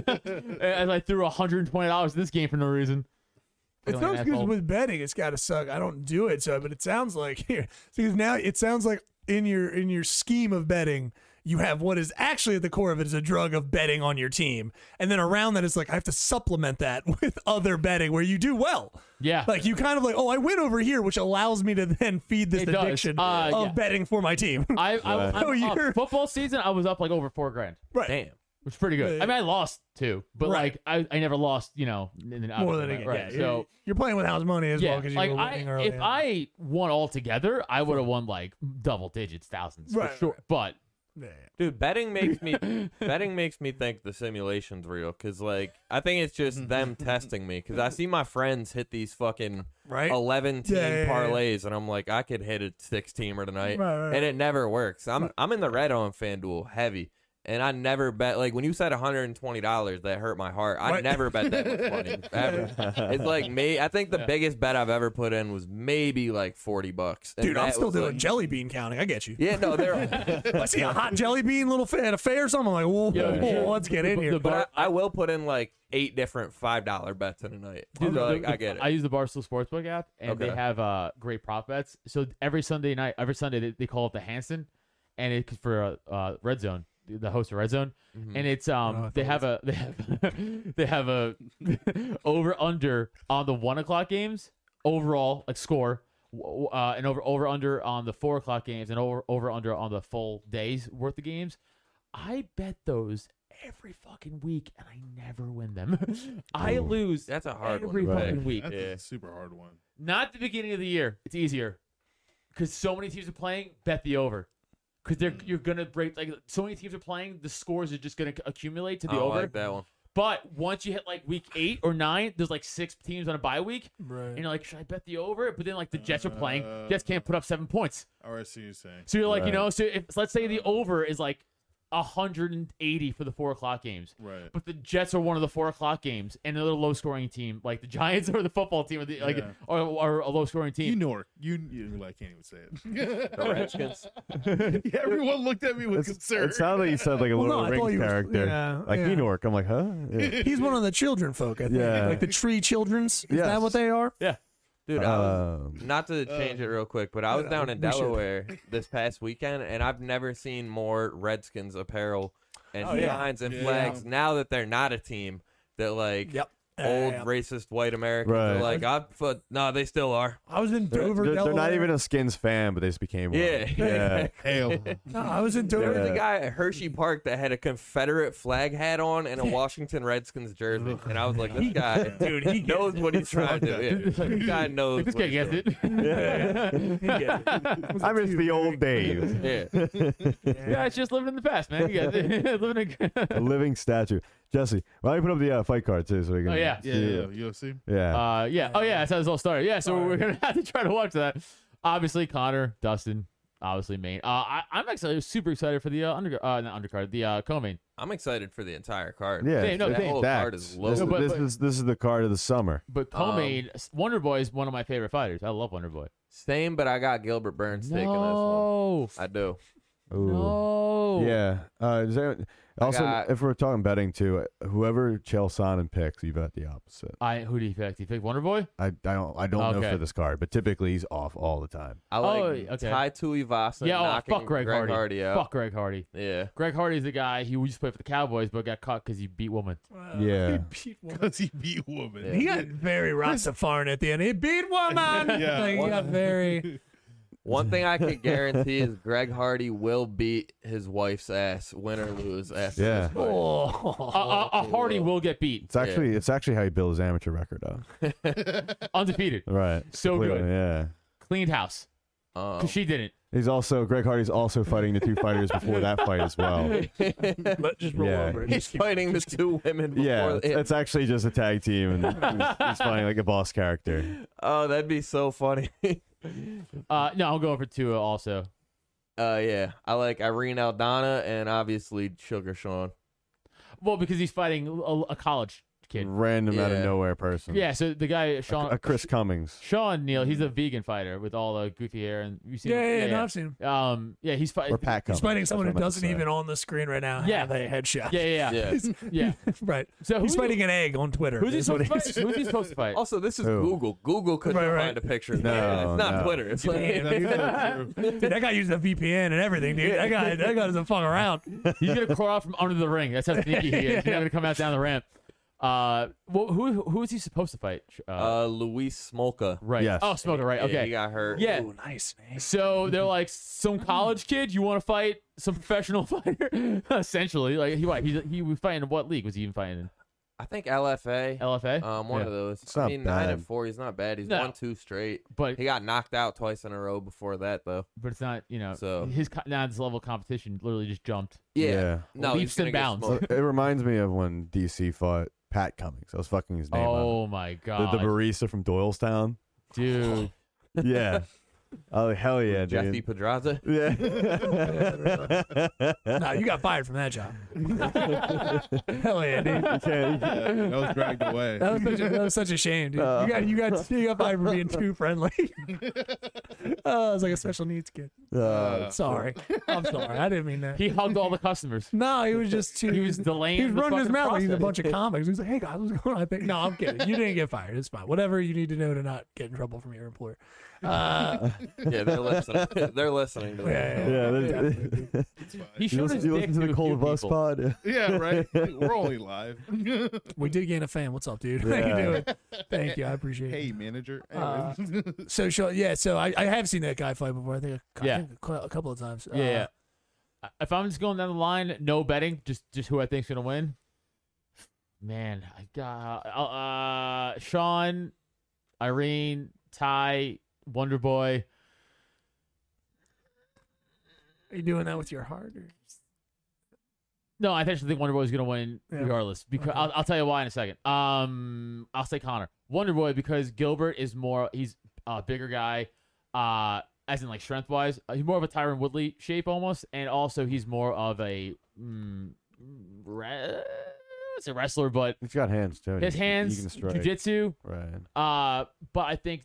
S4: Right.
S3: as I threw 120 dollars in this game for no reason.
S2: It
S3: Feeling an
S2: sounds good
S3: asshole.
S2: with betting. It's got to suck. I don't do it, so but it sounds like [LAUGHS] here because now it sounds like in your in your scheme of betting, you have what is actually at the core of it is a drug of betting on your team, and then around that it's like I have to supplement that [LAUGHS] with other betting where you do well.
S3: Yeah.
S2: Like you kind of like oh I win over here, which allows me to then feed this
S3: It does.
S2: addiction
S3: Uh,
S2: of
S3: yeah.
S2: betting for my
S3: [LAUGHS]
S2: team. [LAUGHS]
S3: I, I,
S4: Right.
S3: I'm
S2: Oh,
S3: up.
S2: you're-
S3: football season. I was up like over four grand,
S2: right.
S5: Damn.
S3: which is pretty good. I
S2: Right.
S3: mean, I lost two, but
S2: Right.
S3: like I, I never lost, you know, in the,
S2: More than a game. Yeah,
S3: right. so
S2: you're, you're playing with house money as well because you
S3: like
S2: were
S3: I,
S2: winning early.
S3: if I won altogether, I would have won like double digits, thousands
S2: Right,
S3: for sure. But
S2: Yeah, yeah.
S5: Dude, betting
S2: [LAUGHS]
S5: makes me betting makes me think the simulation's real because, like, I think it's
S2: Mm-hmm.
S5: just them testing me because I see my friends hit these fucking
S2: Right?
S5: eleven team
S2: Yeah, yeah, yeah.
S5: parlays, and I'm like, I could hit a six teamer tonight,
S2: Right, right, right.
S5: and it never works. I'm I'm in the red on FanDuel heavy, and I never bet like when you said 120 dollars that hurt my heart. I
S2: Right.
S5: never bet that much
S2: [LAUGHS]
S5: money ever. it's like me. I think the biggest bet I've ever put in was maybe like 40 bucks. and
S2: Dude, I'm
S5: that
S2: still
S5: was,
S2: doing
S5: like-
S2: jelly bean counting. I get you.
S5: Yeah,
S2: [LAUGHS]
S5: no, they're
S2: I
S4: [LAUGHS]
S2: see a hot jelly bean little fa- at a fair or something. I'm like, whoa,
S3: Yeah,
S2: whoa,
S3: yeah.
S2: let's get in
S3: The-
S2: here.
S3: the bar-
S5: But I, I will put in like eight different five dollar bets in a night.
S3: Dude,
S5: So,
S3: the-
S5: like,
S3: the-
S5: I get it.
S3: I use the Barstool Sportsbook app, and they
S5: Okay.
S3: have uh, great prop bets. So every Sunday night, every Sunday they, they call it the Hanson, and it's for uh, uh, Red Zone, the host of Red Zone,
S5: Mm-hmm.
S3: and it's um
S2: Oh, I
S3: they
S2: thought
S3: have a [LAUGHS] they have they have a [LAUGHS] over under on the one o'clock games overall like score. w- w- Uh, and over over under on the four o'clock games and over over under on the full days worth of games. I bet those every fucking week and I never win them. [LAUGHS] I lose
S5: That's a hard
S3: every
S5: one. to
S3: fucking
S5: pick.
S3: week.
S6: That's
S5: Yeah.
S6: a super hard one.
S3: Not the beginning of the year. It's easier because so many teams are playing. Bet the over because they're you're gonna break like so many teams are playing. The scores are just gonna accumulate to
S5: I
S3: the
S5: don't
S3: over.
S5: like that one.
S3: But once you hit like week eight or nine, there's like six teams on a bye week, and
S2: right.
S3: you're like, should I bet the over? But then like the Jets are playing.
S6: Uh.
S3: Jets can't put up seven points.
S6: Oh, I see what you're saying.
S3: So you're like, you
S4: Right.
S3: know, so if let's say the over is like 180 for the four o'clock games.
S6: Right.
S3: But the Jets are one of the four o'clock games, and another low scoring team, like the Giants [LAUGHS] or the football team, or the, like
S6: Yeah.
S3: or, or a low scoring team.
S6: You know her. You, you I can't even say [LAUGHS] it.
S5: The Redskins.
S6: yeah, everyone looked at me with
S4: It's-
S6: concern.
S4: It sounded like you sound like a
S2: Well,
S4: little
S2: no, I thought
S4: ring
S2: you were-
S4: character,
S2: yeah,
S4: like
S2: yeah.
S4: Enork. I'm like, huh? Yeah.
S2: He's one of the children folk, I think.
S4: Yeah.
S2: Like the tree children's. Is that
S4: Yes.
S2: what they are?
S5: Dude, I was,
S4: Um,
S5: not to change it real quick, but I was
S2: no,
S5: down in
S2: we should.
S5: Delaware this past weekend, and I've never seen more Redskins apparel and
S2: Oh, yeah.
S5: signs and
S6: Yeah.
S5: flags. Now that they're not a team, that like
S2: Yep.
S5: old
S2: Yeah.
S5: racist white Americans are
S4: Right.
S5: like, I fu- no, they still are.
S2: I was in
S4: they're,
S2: Dover,
S4: they're- they're not
S2: Delaware.
S4: even a Skins fan, but they just became one.
S5: Yeah. [LAUGHS]
S4: yeah.
S6: Hail.
S2: No, I was in Dover.
S5: There was a
S4: Yeah.
S5: guy at Hershey Park that had a Confederate flag hat on and a Washington Redskins jersey, and I was like, "This guy
S2: Dude, he
S5: knows what he's trying to do. Yeah. This guy
S3: [LAUGHS]
S5: knows."
S3: Like, this
S5: what
S3: guy
S5: he's
S3: gets
S5: doing.
S3: it. [LAUGHS]
S2: [LAUGHS]
S4: I miss the old days. [LAUGHS]
S5: [LAUGHS] Yeah,
S3: yeah, it's just living in the past, man. You got [LAUGHS] living in.
S4: a living statue. Jesse, why don't you put up the uh, fight card too? So we can
S3: Oh, yeah.
S6: Yeah,
S4: see
S6: yeah,
S4: it.
S6: [LAUGHS] UFC.
S4: yeah.
S3: uh, yeah. Oh yeah, that's how this all started. Yeah, so we're gonna [LAUGHS] have to try to watch that. Obviously, Connor, Dustin, obviously Maine. Uh, I, I'm actually super excited for the uh, under uh, not undercard, the uh, co-main.
S5: I'm excited for the entire card.
S4: yeah.
S3: Dave, no,
S5: that
S3: Dave,
S5: whole
S4: Facts.
S5: card is
S4: This-
S5: loaded.
S4: This,
S3: No, but-
S4: this
S3: but-
S4: is this is the card of the summer.
S3: But co-main, Wonder Boy is one of my favorite fighters. I love Wonder Boy.
S5: Same, but I got Gilbert Burns taking this one.
S3: No,
S5: I do.
S4: Ooh.
S3: no.
S4: Yeah. Uh, is there, also,
S5: got-
S4: if we're talking betting too, whoever Chael Sonnen picks, you bet the opposite.
S3: I who do you pick? Do you pick Wonder Boy?
S4: I, I don't I don't know
S3: Okay.
S4: for this card, but typically he's off all the time.
S5: I like
S3: Oh, okay.
S5: Ty Tuivasa
S3: yeah, oh,
S5: knocking
S3: fuck Greg, Hardy.
S5: out.
S3: Fuck Greg Hardy.
S5: Yeah.
S3: Greg Hardy is the guy who used to play for the Cowboys but got caught because he beat women.
S4: Yeah.
S2: Uh, He beat woman.
S6: Because he beat woman.
S5: Yeah.
S2: He got very Rastafarian at the end. He beat
S4: [LAUGHS]
S2: woman.
S6: Yeah.
S2: Like, he got very.
S5: One thing I could guarantee is Greg Hardy will beat his wife's ass, win or lose. After
S4: Yeah.
S5: this fight.
S2: Oh.
S3: A, a, a Hardy will get beat
S4: It's actually it's actually how he built his amateur record up.
S3: undefeated,
S4: Right.
S3: So
S4: Completely,
S3: good.
S4: Yeah.
S3: cleaned house
S5: Um,
S3: because
S5: [LAUGHS]
S3: she didn't.
S4: He's also Greg Hardy's also fighting the two fighters before that fight as well.
S2: Let- just roll
S4: Yeah.
S2: over it.
S5: He's
S2: Just keep-
S5: fighting the two women before
S4: Yeah,
S5: the-
S4: it's, it's actually just a tag team, and he's, he's fighting like a boss character.
S5: Oh, that'd be so funny. [LAUGHS] uh
S3: Uh, no, I'm going for Tua also.
S5: Uh, yeah. I like Irene Aldana and obviously Sugar Sean.
S3: Well, because he's fighting a, a college kid.
S4: Random out of
S5: Yeah.
S4: nowhere person.
S3: Yeah, so the guy
S4: Mm. A,
S3: Sean
S4: a Chris Cummings.
S3: Sean Neal, he's a vegan fighter with all the goofy hair and you see
S2: Yeah, yeah, yeah, no, I've seen him.
S3: Um, yeah, he's fighting.
S4: Or Pat Cummings.
S2: He's fighting someone
S4: that's
S2: who
S4: what I meant
S2: doesn't
S4: to say.
S2: even own the screen right now.
S3: Yeah.
S2: have a headshot.
S3: Yeah,
S2: [LAUGHS]
S3: yeah, yeah.
S5: Yeah.
S3: yeah.
S2: right.
S3: So
S2: he's
S3: who-
S2: fighting an egg on Twitter.
S3: Who's he
S2: is what
S3: supposed to
S2: he
S3: fight? Who's he supposed to fight?
S5: Also, this is
S4: Who?
S5: Google. Google couldn't
S2: Right, right.
S5: find a picture. of
S4: No,
S5: that. it's not
S4: no.
S5: Twitter. It's like,
S2: Yeah.
S6: That's
S5: [LAUGHS]
S6: not true.
S2: is. Dude, that guy used a VPN and everything, dude. That guy, that guy doesn't fuck around.
S3: He's gonna crawl out from under the ring. That's how sneaky he is. He's not gonna come out down the ramp. Uh, well, who who is he supposed to fight? Uh,
S5: uh, Luis Smolka.
S3: right.
S4: yes.
S3: Oh, Smoker. Right.
S5: Yeah,
S3: Okay.
S5: he got hurt.
S3: Yeah.
S2: Ooh, nice, man.
S3: So they're like some college kid. You want to fight some professional [LAUGHS] fighter? Essentially, like he what, he he was fighting in what league was he even fighting? in?
S5: I think LFA.
S3: LFA.
S5: um, one
S3: Yeah.
S5: of those.
S4: It's
S5: I
S4: not
S5: mean, nine
S4: bad.
S5: and four. He's not bad. He's
S3: No.
S5: won two straight.
S3: But
S5: He got knocked out twice in a row before that, though.
S3: but it's not you know
S5: So-
S3: his co- now this level of competition literally just jumped.
S5: Yeah.
S4: Yeah.
S5: No,
S3: Leaps
S5: he's gonna
S3: and
S5: get
S3: bounds.
S4: Well,
S5: smoked.
S4: it reminds me of when DC fought Pat Cummings. I was fucking his name up.
S3: Oh my
S4: The,
S3: god,
S4: the barista from Doylestown.
S3: dude!
S4: Yeah. oh, hell [LAUGHS] yeah,
S5: Jeffy
S4: dude.
S5: Pedraza.
S4: [LAUGHS] Yeah.
S2: Nah, you got fired from that [LAUGHS] job. Hell yeah, dude.
S4: Okay.
S6: Yeah, that was dragged away.
S2: That was such a, that was such a shame, dude.
S4: Uh.
S2: you got you got you got fired for being too friendly. [LAUGHS] oh, I was like a special needs kid.
S4: Uh,
S2: Sorry, I'm sorry. I didn't mean that.
S3: He hugged all the
S4: [LAUGHS]
S3: customers.
S2: no, he was just too.
S3: He was delaying.
S2: He was
S3: the
S2: running his
S3: fucking
S2: mouth like he's a
S3: process.
S2: bunch of comics. He's like, "Hey guys, what's going on?" I think, no, I'm kidding. You didn't get fired. It's fine. Whatever you need to know to not get in trouble from your employer. Uh,
S5: Yeah, they're listening. [LAUGHS] they're listening to that.
S2: Yeah,
S4: yeah. there's-
S3: He
S4: [LAUGHS] you
S3: showed
S4: listen,
S3: his
S4: you
S3: dick
S4: listen
S3: to
S4: to the
S3: a
S4: Cold
S3: few
S4: of Us
S3: people. [LAUGHS]
S4: pod?
S6: Yeah, right. We're only live. [LAUGHS]
S2: we did gain a fan. What's up, dude? [LAUGHS] How
S4: Yeah.
S2: you doing? Thank you. I appreciate it.
S6: hey, manager.
S2: Uh,
S6: Anyways.
S2: So sure, yeah. So I, I have seen that guy fight before. I think a, I
S3: Yeah.
S2: think a, cou- a couple of times. Uh,
S3: Yeah, yeah. I- If I'm just going down the line, no betting, just just who I think's gonna win. Man, I got uh, uh Sean, Irene, Ty, Wonder Boy.
S2: Are you doing that with your heart? Or?
S3: No, I actually think Wonder Boy is gonna win
S2: Yeah.
S3: regardless. Because
S2: Okay.
S3: I'll, I'll tell you why in a second. Um, I'll say Connor, Wonder Boy because Gilbert is more he's a bigger guy, uh, as in like strength wise, he's more of a Tyron Woodley shape almost, and also he's more of a mm, re- it's a wrestler, but
S4: He's got hands, too.
S3: his
S4: He-
S3: hands,
S4: He can strike.
S3: jujitsu.
S4: Right.
S3: Uh, but I think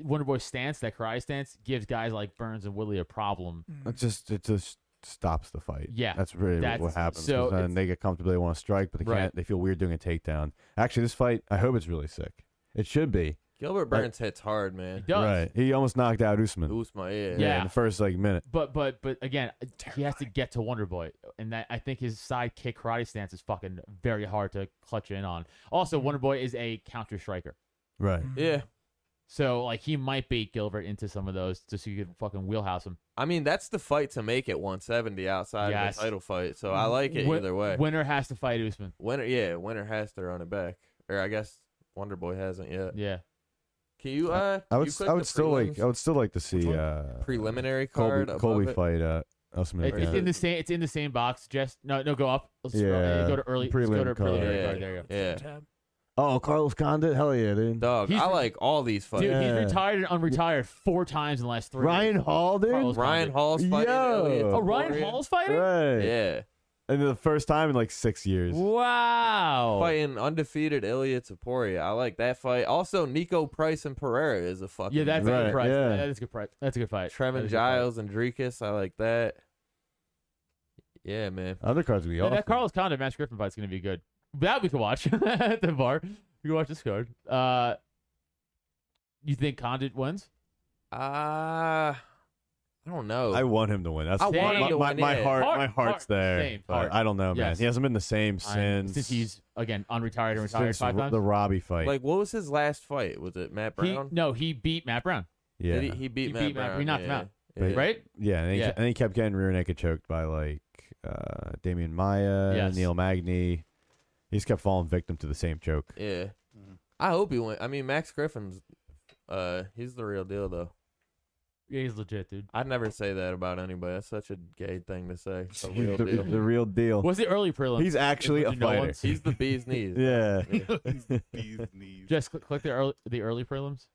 S3: Wonder Boy's stance, that karate stance, gives guys like Burns and Woodley a problem.
S2: Mm.
S4: It just it just stops the fight.
S3: Yeah,
S4: that's really
S3: that's-
S4: what happens.
S3: so
S4: So then
S3: it's-
S4: they get comfortable, they want to strike, but they
S3: Right.
S4: can't. They feel weird doing a takedown. Actually, this fight, I hope it's really sick. It should be.
S5: Gilbert Burns hits hard,
S3: He
S5: man.
S3: does.
S4: Right. He almost knocked out Usman.
S5: Usma, yeah.
S3: Yeah.
S4: in the first like minute.
S3: But but but again, he has to get to Wonder Boy, and that I think his side kick karate stance is fucking very hard to clutch in on. Also,
S4: Mm-hmm.
S3: Wonder Boy is a counter striker,
S4: Right.
S2: Mm.
S5: Yeah.
S3: so like he might bait Gilbert into some of those just so you could fucking wheelhouse him.
S5: I mean, that's the fight to make it 170 outside
S3: Yes.
S5: of the title fight. So I like it
S3: Win-
S5: either way.
S3: Winner has to fight Usman.
S5: Winner, yeah, winner has to run it back, or I guess Wonder Boy hasn't yet.
S3: Yeah,
S5: Can you? Uh,
S4: I
S5: you
S4: would
S5: click
S4: I
S5: the
S4: would still like I
S5: prelims-
S4: would still like to see uh,
S5: preliminary card.
S4: Colby
S5: above
S4: Colby
S5: it?
S4: fight uh, Usman.
S3: It- it's
S4: again.
S3: in the same. It's in the same box. Just no, no. Go up. Let's scroll-
S4: Yeah.
S3: go to early. Let's go to
S4: Prelim card.
S3: preliminary
S5: Yeah.
S3: card. There you go.
S5: Yeah.
S2: Tab.
S4: oh, Carlos Condit, hell yeah, dude.
S5: Dog,
S3: He's
S5: I
S3: re-
S5: like all these fights.
S3: Dude,
S4: Yeah.
S3: he's retired and unretired four times in the last three.
S4: Ryan Hall, dude.
S3: Carlos-
S5: Ryan Hall's fighting.
S4: Yo.
S5: Elliot
S3: Oh, Ryan
S5: Taporia.
S3: Hall's fighting?
S4: Right.
S5: Yeah,
S4: And the first time in like six years.
S3: Wow.
S5: fighting undefeated Ilya Taporia. I like that fight. Also, Nico Price and Pereira is a fucking.
S3: Yeah, that's a
S4: Right,
S3: good price.
S4: yeah.
S3: That's a good price. That's a good fight. That is
S5: Trevin
S3: a good fight.
S5: Giles and Drakus. I like that. Yeah, man.
S4: Other cards would be
S3: Yeah,
S4: awesome.
S3: that Carlos Condit Max Griffin fight's gonna be good. That we can watch [LAUGHS] at the bar. We can watch this card. Uh, you think Condit wins?
S5: Uh, I don't know.
S4: I want him to win. That's
S5: I
S4: my,
S3: want him to
S4: my,
S5: win,
S4: my
S5: yeah.
S4: heart,
S3: Heart-
S4: my heart's
S3: heart,
S4: there.
S3: same,
S4: but
S3: heart.
S4: I don't know, man.
S3: Yes.
S4: He hasn't been the same
S3: I'm-
S4: since
S3: since he's again unretired and retired
S4: since
S3: five times.
S4: the Robbie fight.
S5: like, what was his last fight? Was it Matt
S3: He,
S5: Brown?
S3: no, he beat Matt Brown,
S4: yeah,
S5: Did he, he beat
S3: He
S5: Matt
S3: beat Matt-
S5: Brown.
S3: he knocked him
S5: yeah.
S3: out.
S5: Yeah.
S3: right?
S4: yeah, and he,
S3: Yeah.
S4: and he kept getting rear naked choked by like uh, Damian Maya,
S3: Yes.
S4: Neil Magny. He just kept falling victim to the same joke.
S5: Yeah. I hope he went. I mean, Max Griffin's, uh, he's the real deal though.
S3: Yeah, he's legit, dude.
S5: I'd never say that about anybody. That's such a gay thing to say.
S4: [LAUGHS]
S5: The real
S4: He's the,
S5: deal.
S4: the real deal.
S3: Was the early prelim?
S4: He's actually a
S3: Richard Nolan.
S4: fighter.
S5: He's the bee's knees.
S4: Yeah.
S6: [LAUGHS]
S5: [LAUGHS]
S6: These knees.
S3: Just click, click the early the early prelims.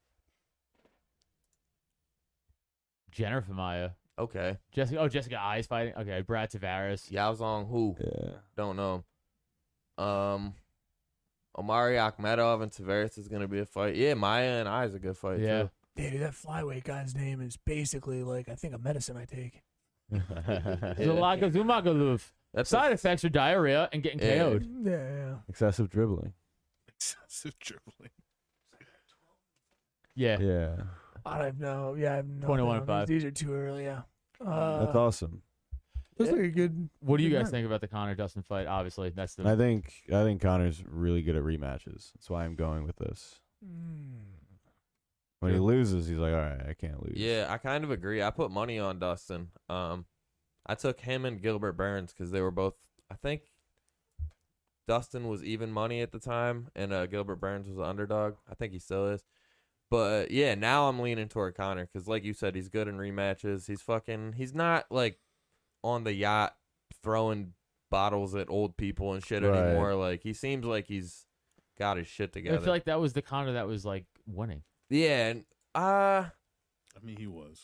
S3: Jennifer Maya,
S5: Okay.
S3: Jessica. Oh, Jessica I's fighting. Okay, Brad Tavares.
S5: Yao Zong who?
S4: yeah.
S5: Don't know. Um. Omari Akhmedov and Tavares is going to be a fight. Yeah, Maya and I is a good
S4: [LAUGHS]
S5: fight.
S3: Yeah.
S2: Yeah, dude, that flyweight guy's name is basically like I think a medicine I take.
S3: There's a lot goes Umagaluf.
S5: That's a-
S3: Side effects are diarrhea and getting
S5: Yeah.
S3: KO'd.
S2: Yeah, yeah.
S4: Excessive dribbling.
S6: Excessive dribbling.
S3: Yeah.
S4: Yeah.
S2: I don't know. Yeah, I have no
S3: 21
S2: idea
S3: and
S2: on
S3: five.
S2: These These are too early. Yeah. Uh,
S4: That's awesome.
S2: Those look good.
S3: What do you
S2: Good
S3: guys
S2: night.
S3: think about the Connor Dustin fight? Obviously, that's the
S4: I think I think Connor's really good at rematches. That's why I'm going with this.
S2: Mm.
S4: When he loses, he's like, all right, I can't lose.
S5: Yeah, I kind of agree. I put money on Dustin. Um, I took him and Gilbert Burns because they were both. I think Dustin was even money at the time, and uh, Gilbert Burns was an underdog. I think he still is. But uh, yeah, now I'm leaning toward Connor because, like you said, he's good in rematches. He's fucking. He's not like on the yacht throwing bottles at old people and shit
S4: Right.
S5: anymore. Like he seems like he's got his shit
S3: I
S5: together.
S3: feel like that was the Connor that was like winning.
S5: yeah, and, uh,
S6: I mean, he was.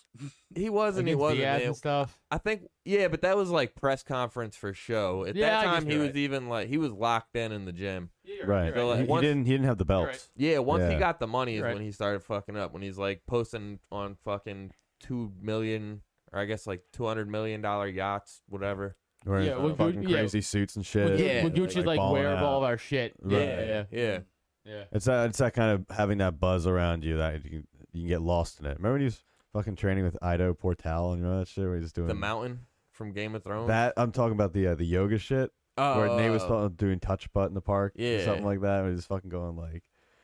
S5: he was and he
S3: Against
S5: wasn't.
S3: Diaz
S5: man.
S3: and stuff.
S5: I think yeah, but that was like press conference for show. At
S3: Yeah, I
S5: that
S3: guess
S5: time, he
S3: you're
S5: was even like he was locked in in the gym.
S4: Right.
S5: You're right.
S4: He, he
S5: Once-
S4: didn't he didn't have the belt.
S3: right.
S5: Yeah, once
S4: Yeah.
S5: he got the money is
S3: You're right.
S5: when he started fucking up. When he's like posting on fucking two million or I guess like two hundred million dollar yachts, whatever.
S4: Wearing
S3: Yeah, well,
S4: fucking
S3: Gu- yeah.
S4: crazy suits and
S3: Well,
S4: shit.
S3: Gu-
S5: Yeah.
S3: well, Gucci's like,
S4: balling
S3: where of
S4: out.
S3: all of our shit.
S4: Right.
S3: Yeah, yeah,
S5: yeah.
S3: yeah.
S4: It's that it's that kind of having that buzz around you that you can, you can get lost in it. Remember when he was fucking training with Ido Portal and you know that shit where he's doing
S5: The mountain from Game of Thrones.
S4: that I'm talking about the uh, the yoga shit
S5: oh,
S4: where Nate was talking, doing touch butt in the park or
S5: Yeah.
S4: something like that. Where he's fucking going like,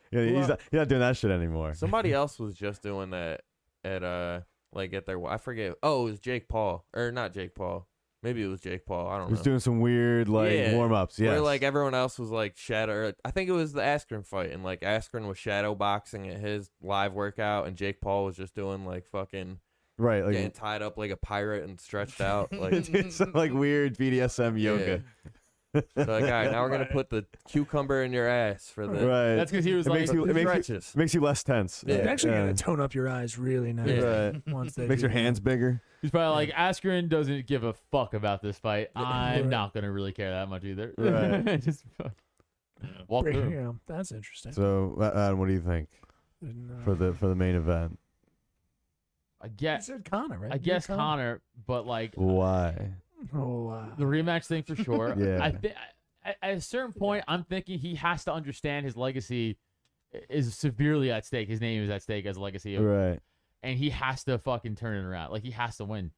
S4: yeah,
S5: Well,
S4: he's not, he's not doing that shit anymore. [LAUGHS]
S5: somebody else was just doing that at uh like at their I forget. Oh, it was Jake Paul or not Jake Paul. Maybe it was Jake Paul. I don't know.
S4: He's doing some weird like
S5: Yeah.
S4: warm ups. Yeah,
S5: Where like everyone else was like shadow. I think it was the Askren fight, and like Askren was shadow boxing at his live workout, and Jake Paul was just doing like fucking
S4: right, like [LAUGHS]
S5: getting tied up like a pirate and stretched out. Like, so,
S4: Dude, some like weird BDSM yoga.
S5: like all right, now we're gonna put the cucumber in your ass for the
S4: Right.
S3: That's because he was
S4: it
S3: like,
S4: makes you it makes you, [LAUGHS]
S5: stretches.
S4: makes you less tense.
S5: Yeah.
S2: It's actually
S4: Yeah.
S2: gonna tone up your eyes really nice.
S4: Right.
S3: [LAUGHS]
S2: Once they
S4: Makes
S2: do
S4: your hands bigger.
S3: he's probably like, Askren doesn't give a fuck about this fight. I'm
S2: Right.
S3: not gonna really care that much either. [LAUGHS]
S4: Right.
S3: Just fuck-
S6: Yeah.
S3: walk
S2: break- [LAUGHS]
S3: through.
S2: yeah, that's interesting.
S4: So, uh, Adam, what do you think
S2: Didn't, uh,
S4: for the for the main event?
S3: I
S2: you
S3: guess,
S2: said Connor, right?
S3: I
S2: You
S3: guess
S2: said
S3: Connor, but like
S4: Why?
S2: Oh, wow.
S3: the rematch thing for sure.
S4: [LAUGHS] Yeah.
S3: I thi- I- at a certain point, I'm thinking he has to understand his legacy i- is severely at stake. His name is at stake as a legacy, of,
S4: Right.
S3: and he has to fucking turn it around. Like he has to win.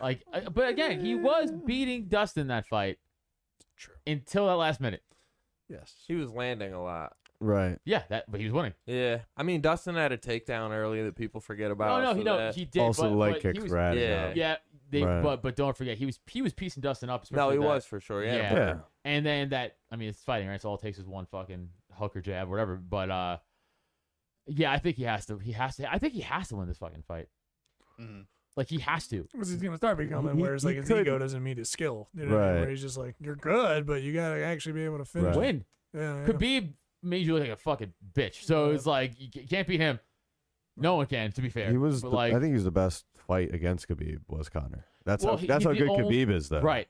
S3: Like, I- but again, he was beating Dustin that fight
S2: True.
S3: until that last minute.
S2: Yes.
S5: He was landing a lot.
S4: Right.
S3: Yeah, that but he was winning.
S5: Yeah, I mean Dustin had a takedown earlier that people forget about.
S3: Oh no,
S5: so
S3: he no,
S5: that- [LAUGHS]
S3: he did.
S4: also,
S3: but,
S4: leg
S3: but he
S4: kicks
S3: was-
S4: rad.
S5: Yeah.
S4: enough.
S3: Yeah, they
S4: Right.
S3: but but don't forget he was he was piecing Dustin up.
S5: no,
S3: especially
S5: he
S3: with that-
S5: was for sure. Yeah,
S3: Yeah.
S4: Yeah.
S3: And then that I mean it's fighting, right? So all it takes is one fucking hook or jab, whatever. But uh yeah, I think he has to he has to I think he has to win this fucking fight.
S6: Mhm.
S3: Like he has to.
S2: Because he's gonna start becoming
S4: He-
S2: where it's
S4: he
S2: like his
S4: could-
S2: ego doesn't meet his skill. You know what I mean?
S4: Right.
S2: Where he's just like, you're good, but you gotta actually be able to finish.
S4: Right.
S2: it."
S3: Win.
S2: Yeah, yeah.
S3: Khabib made you look like a fucking bitch. So it's like you c- can't beat him. No one can, to be fair.
S4: He was.
S3: But,
S4: the-
S3: like
S4: I think he was the best fight against Khabib was Connor. That's
S3: Well,
S4: how,
S3: he-
S4: that's
S3: he's
S4: how
S3: the
S4: good
S3: only-
S4: Khabib is, though.
S3: right.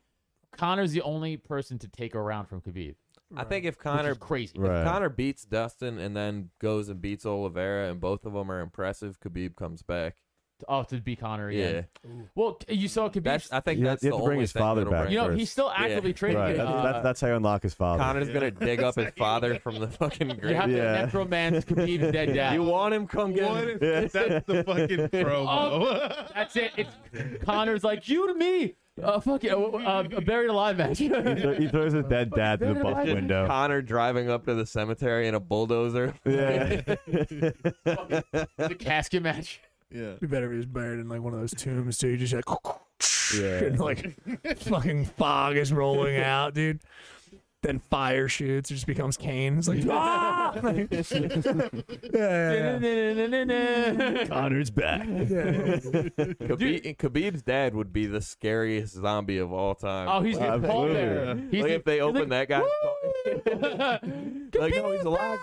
S3: Connor's the only person to take a round from Khabib.
S5: I think if
S3: Connor
S5: Connor
S3: crazy.
S4: Right.
S5: If Connor beats Dustin and then goes and beats Oliveira, and both of them are impressive. Khabib comes back.
S3: Oh, to beat Connor
S5: Yeah,
S3: again. Well, you saw Khabib.
S5: that's. I think
S4: You have-
S5: that's
S4: you
S5: the
S4: have to bring
S5: only
S4: his
S5: thing
S4: father
S5: that'll
S4: back
S5: bring-
S3: you know, he's still
S5: Yeah. [LAUGHS]
S3: actively training.
S4: Right. That's,
S3: uh,
S4: that's, that's how you unlock his father. [LAUGHS]
S5: Connor's gonna dig up his father from the fucking
S3: you have
S5: grave.
S3: to
S4: Yeah.
S3: necromance Khabib's
S4: [LAUGHS]
S3: dead dad.
S5: You want him? Come get
S6: What
S5: him.
S6: if that's the fucking [LAUGHS] promo?
S3: That's it. It's Connor's like you to me. Uh, fuck it. Uh, uh, a buried
S2: [LAUGHS]
S3: alive match. [LAUGHS]
S4: he, thro- he throws his dead dad through the buff [LAUGHS] window.
S5: Connor driving up to the cemetery in a bulldozer.
S4: Yeah.
S3: [LAUGHS] the casket match.
S6: yeah.
S2: It'd be better if he was buried in like one of those tombs too. You just like,
S4: Yeah.
S2: and [LAUGHS] like fucking fog is [LAUGHS] rolling out, dude. Then fire shoots, it just becomes Kane. [LAUGHS] It's like, ah! Like, yeah, yeah, yeah.
S3: [LAUGHS]
S4: Connor's back. [LAUGHS]
S2: Yeah, yeah.
S5: Khabib, Khabib's dad would be the scariest zombie of all time.
S3: Oh, he's the Paul
S4: Absolutely.
S3: Bear. He's
S5: like
S3: the-
S5: if they
S3: [LAUGHS]
S5: open that guy's [LAUGHS] like, no, he's alive.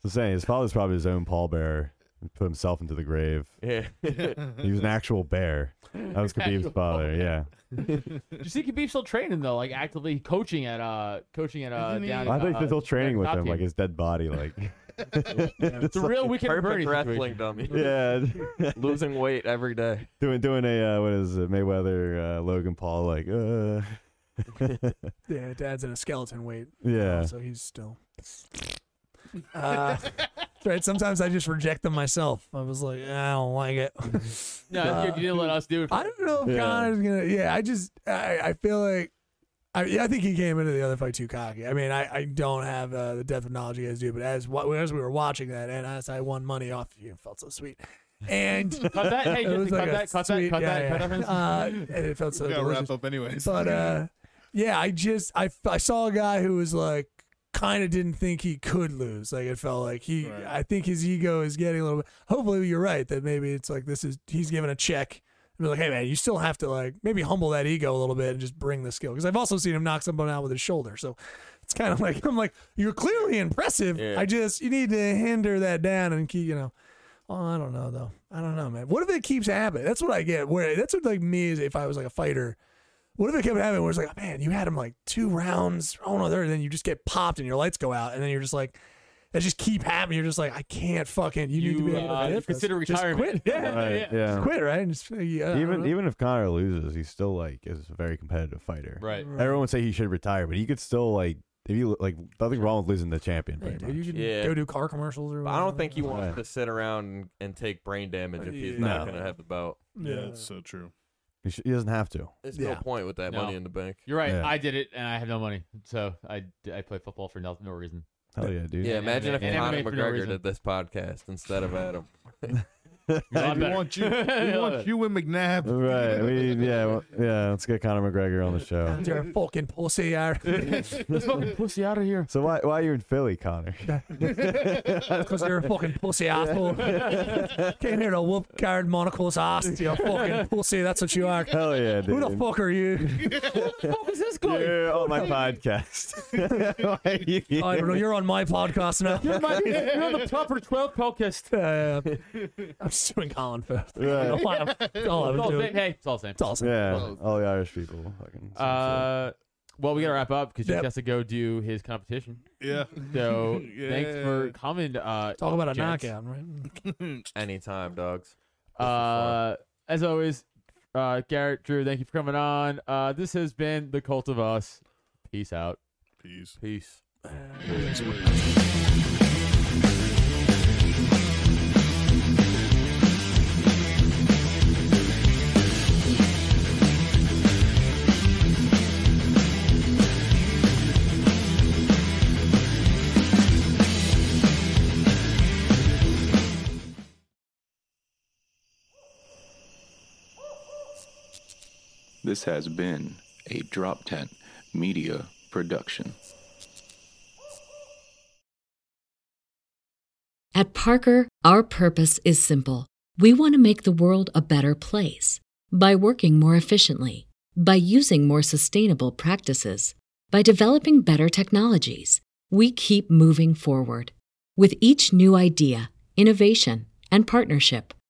S4: So saying his father's probably his own pallbearer. and put himself into the grave.
S5: Yeah. [LAUGHS]
S4: He was an actual bear. That was Khabib's
S3: Actual
S4: father. Yeah.
S3: Did you see Khabib still training though, like actively coaching at uh coaching at uh
S6: Isn't he-
S3: down.
S4: I
S3: at,
S4: think
S3: uh,
S4: they're still training
S3: uh,
S4: with
S3: top
S4: him, like
S3: team.
S4: his dead body. Like,
S3: [LAUGHS]
S4: [LAUGHS]
S3: it's a real weekend at Bernie
S5: Perfect wrestling
S3: situation.
S5: dummy.
S4: yeah, [LAUGHS]
S5: Losing weight every day.
S4: doing doing a uh, what is it, Mayweather, uh, Logan Paul, like, uh, [LAUGHS]
S2: Yeah, dad's in a skeleton weight,
S3: [LAUGHS]
S4: yeah.
S2: so he's still. Uh, that's right. Sometimes I just reject them myself. I was like, I don't like
S6: [LAUGHS]
S2: it.
S3: [LAUGHS] No, you- you didn't let us do it.
S2: I don't know if
S4: Yeah.
S2: Connor's gonna. Yeah, I just I, I feel like I yeah, I think he came into the other fight too cocky. I mean, I, I don't have uh, the depth of knowledge you guys do, but as wa- as we were watching that, and as I won money off you, it felt so sweet, and
S3: Cut that! [LAUGHS]
S2: [LAUGHS]
S3: Hey,
S2: it was
S3: Justin,
S2: like
S3: cut,
S2: a
S3: that, cut that!
S2: sweet-
S3: Cut
S2: yeah,
S3: that! Cut that!
S2: yeah. [LAUGHS] Uh, and it felt so
S6: we gotta
S2: delicious.
S6: wrap up anyways.
S2: But uh, yeah, I just I, I saw a guy who was like kind of didn't think he could lose. Like it felt like he
S6: Right.
S2: I think his ego is getting a little bit. Hopefully you're right that maybe it's like this is he's given a check. And be like, hey man, you still have to like maybe humble that ego a little bit and just bring the skill. Because I've also seen him knock someone out with his shoulder. So it's kind of [LAUGHS] like I'm like you're clearly impressive.
S5: Yeah.
S2: I just you need to hinder that down and keep you know. Oh, I don't know though. I don't know, man. What if it keeps happening? That's what I get. Where that's what like me is if I was like a fighter. What if it kept happening where it's like, "Oh, man, you had him like two rounds, oh no, there, and then you just get popped and your lights go out, and then you're just like, that just keep happening. You're just like, I can't fucking. You, need to
S3: You,
S2: be able to
S3: uh,
S2: hit
S3: you
S2: this.
S3: consider
S2: Just quit.
S3: retirement.
S2: Yeah,
S4: Right,
S3: Yeah.
S4: yeah.
S2: quit, right? And just, uh, yeah, I don't
S4: Even
S2: know.
S4: even if Connor loses, he's still like is a very competitive fighter.
S3: Right.
S4: Everyone would say he should retire, but he could still like if you like nothing wrong with losing the champion.
S2: Hey,
S4: pretty
S2: dude, you
S4: much.
S2: can
S5: Yeah.
S2: go do car commercials or.
S5: But I don't think he
S2: whatever.
S5: wants
S4: Right.
S5: to sit around and, and take brain damage if he's not
S4: No.
S5: going to have the belt.
S6: yeah,
S2: Yeah.
S6: that's so true.
S4: He, sh- he doesn't have to.
S5: There's no
S2: Yeah.
S5: point with that
S3: No.
S5: money in the bank.
S3: You're right.
S4: Yeah.
S3: I did it, and I have no money, so I I play football for no, no reason.
S4: Hell yeah, dude. [LAUGHS]
S5: Yeah,
S3: Yeah,
S5: imagine if
S3: and
S5: Conor
S3: MMA for no
S5: McGregor
S3: reason.
S5: did this podcast instead of Adam.
S3: You're a lot
S6: we
S3: better.
S6: want you. We want you and McNabb.
S4: Right. We, yeah. well, Yeah. Let's get Conor McGregor on the show.
S2: You're a fucking pussy. I
S3: Let's fucking pussy out of here.
S4: So why why are you in Philly, Connor?
S2: Because you're a fucking pussy asshole. Came here to whoop Garrett Monocle's ass. You're a fucking pussy. That's what you
S4: [LAUGHS]
S2: are.
S4: [LAUGHS] Hell yeah, dude.
S2: Who the fuck are you?
S3: What is this going?
S4: You're on my podcast. [LAUGHS] Why are you here?
S2: I don't know. You're on my podcast now.
S4: [LAUGHS]
S3: You're, my, you're on the proper 12 podcast.
S2: Uh, I'm just doing Colin Firth.
S4: Right.
S3: Oh,
S2: That's all I'm- that's all I'm
S3: It's all the same.
S2: doing.
S3: Hey, it's all the same.
S2: It's awesome.
S4: Yeah, all the Irish people. Fucking
S3: Uh, well, we gotta wrap up because Jeff
S2: Yep.
S3: has to go do his competition.
S6: Yeah. [LAUGHS]
S3: So
S6: Yeah.
S3: thanks for coming. Uh,
S2: Talk about a
S3: Gents.
S2: knockout, right?
S5: Anytime, dogs.
S3: uh, as always, uh, Garrett, Drew, thank you for coming on. Uh, this has been the Cult of Us. Peace out.
S6: Peace.
S5: Peace.
S1: This has been a Drop Tent Media production.
S7: At Parker, our purpose is simple. We want to make the world a better place by working more efficiently, by using more sustainable practices, by developing better technologies. We keep moving forward. With each new idea, innovation, and partnership,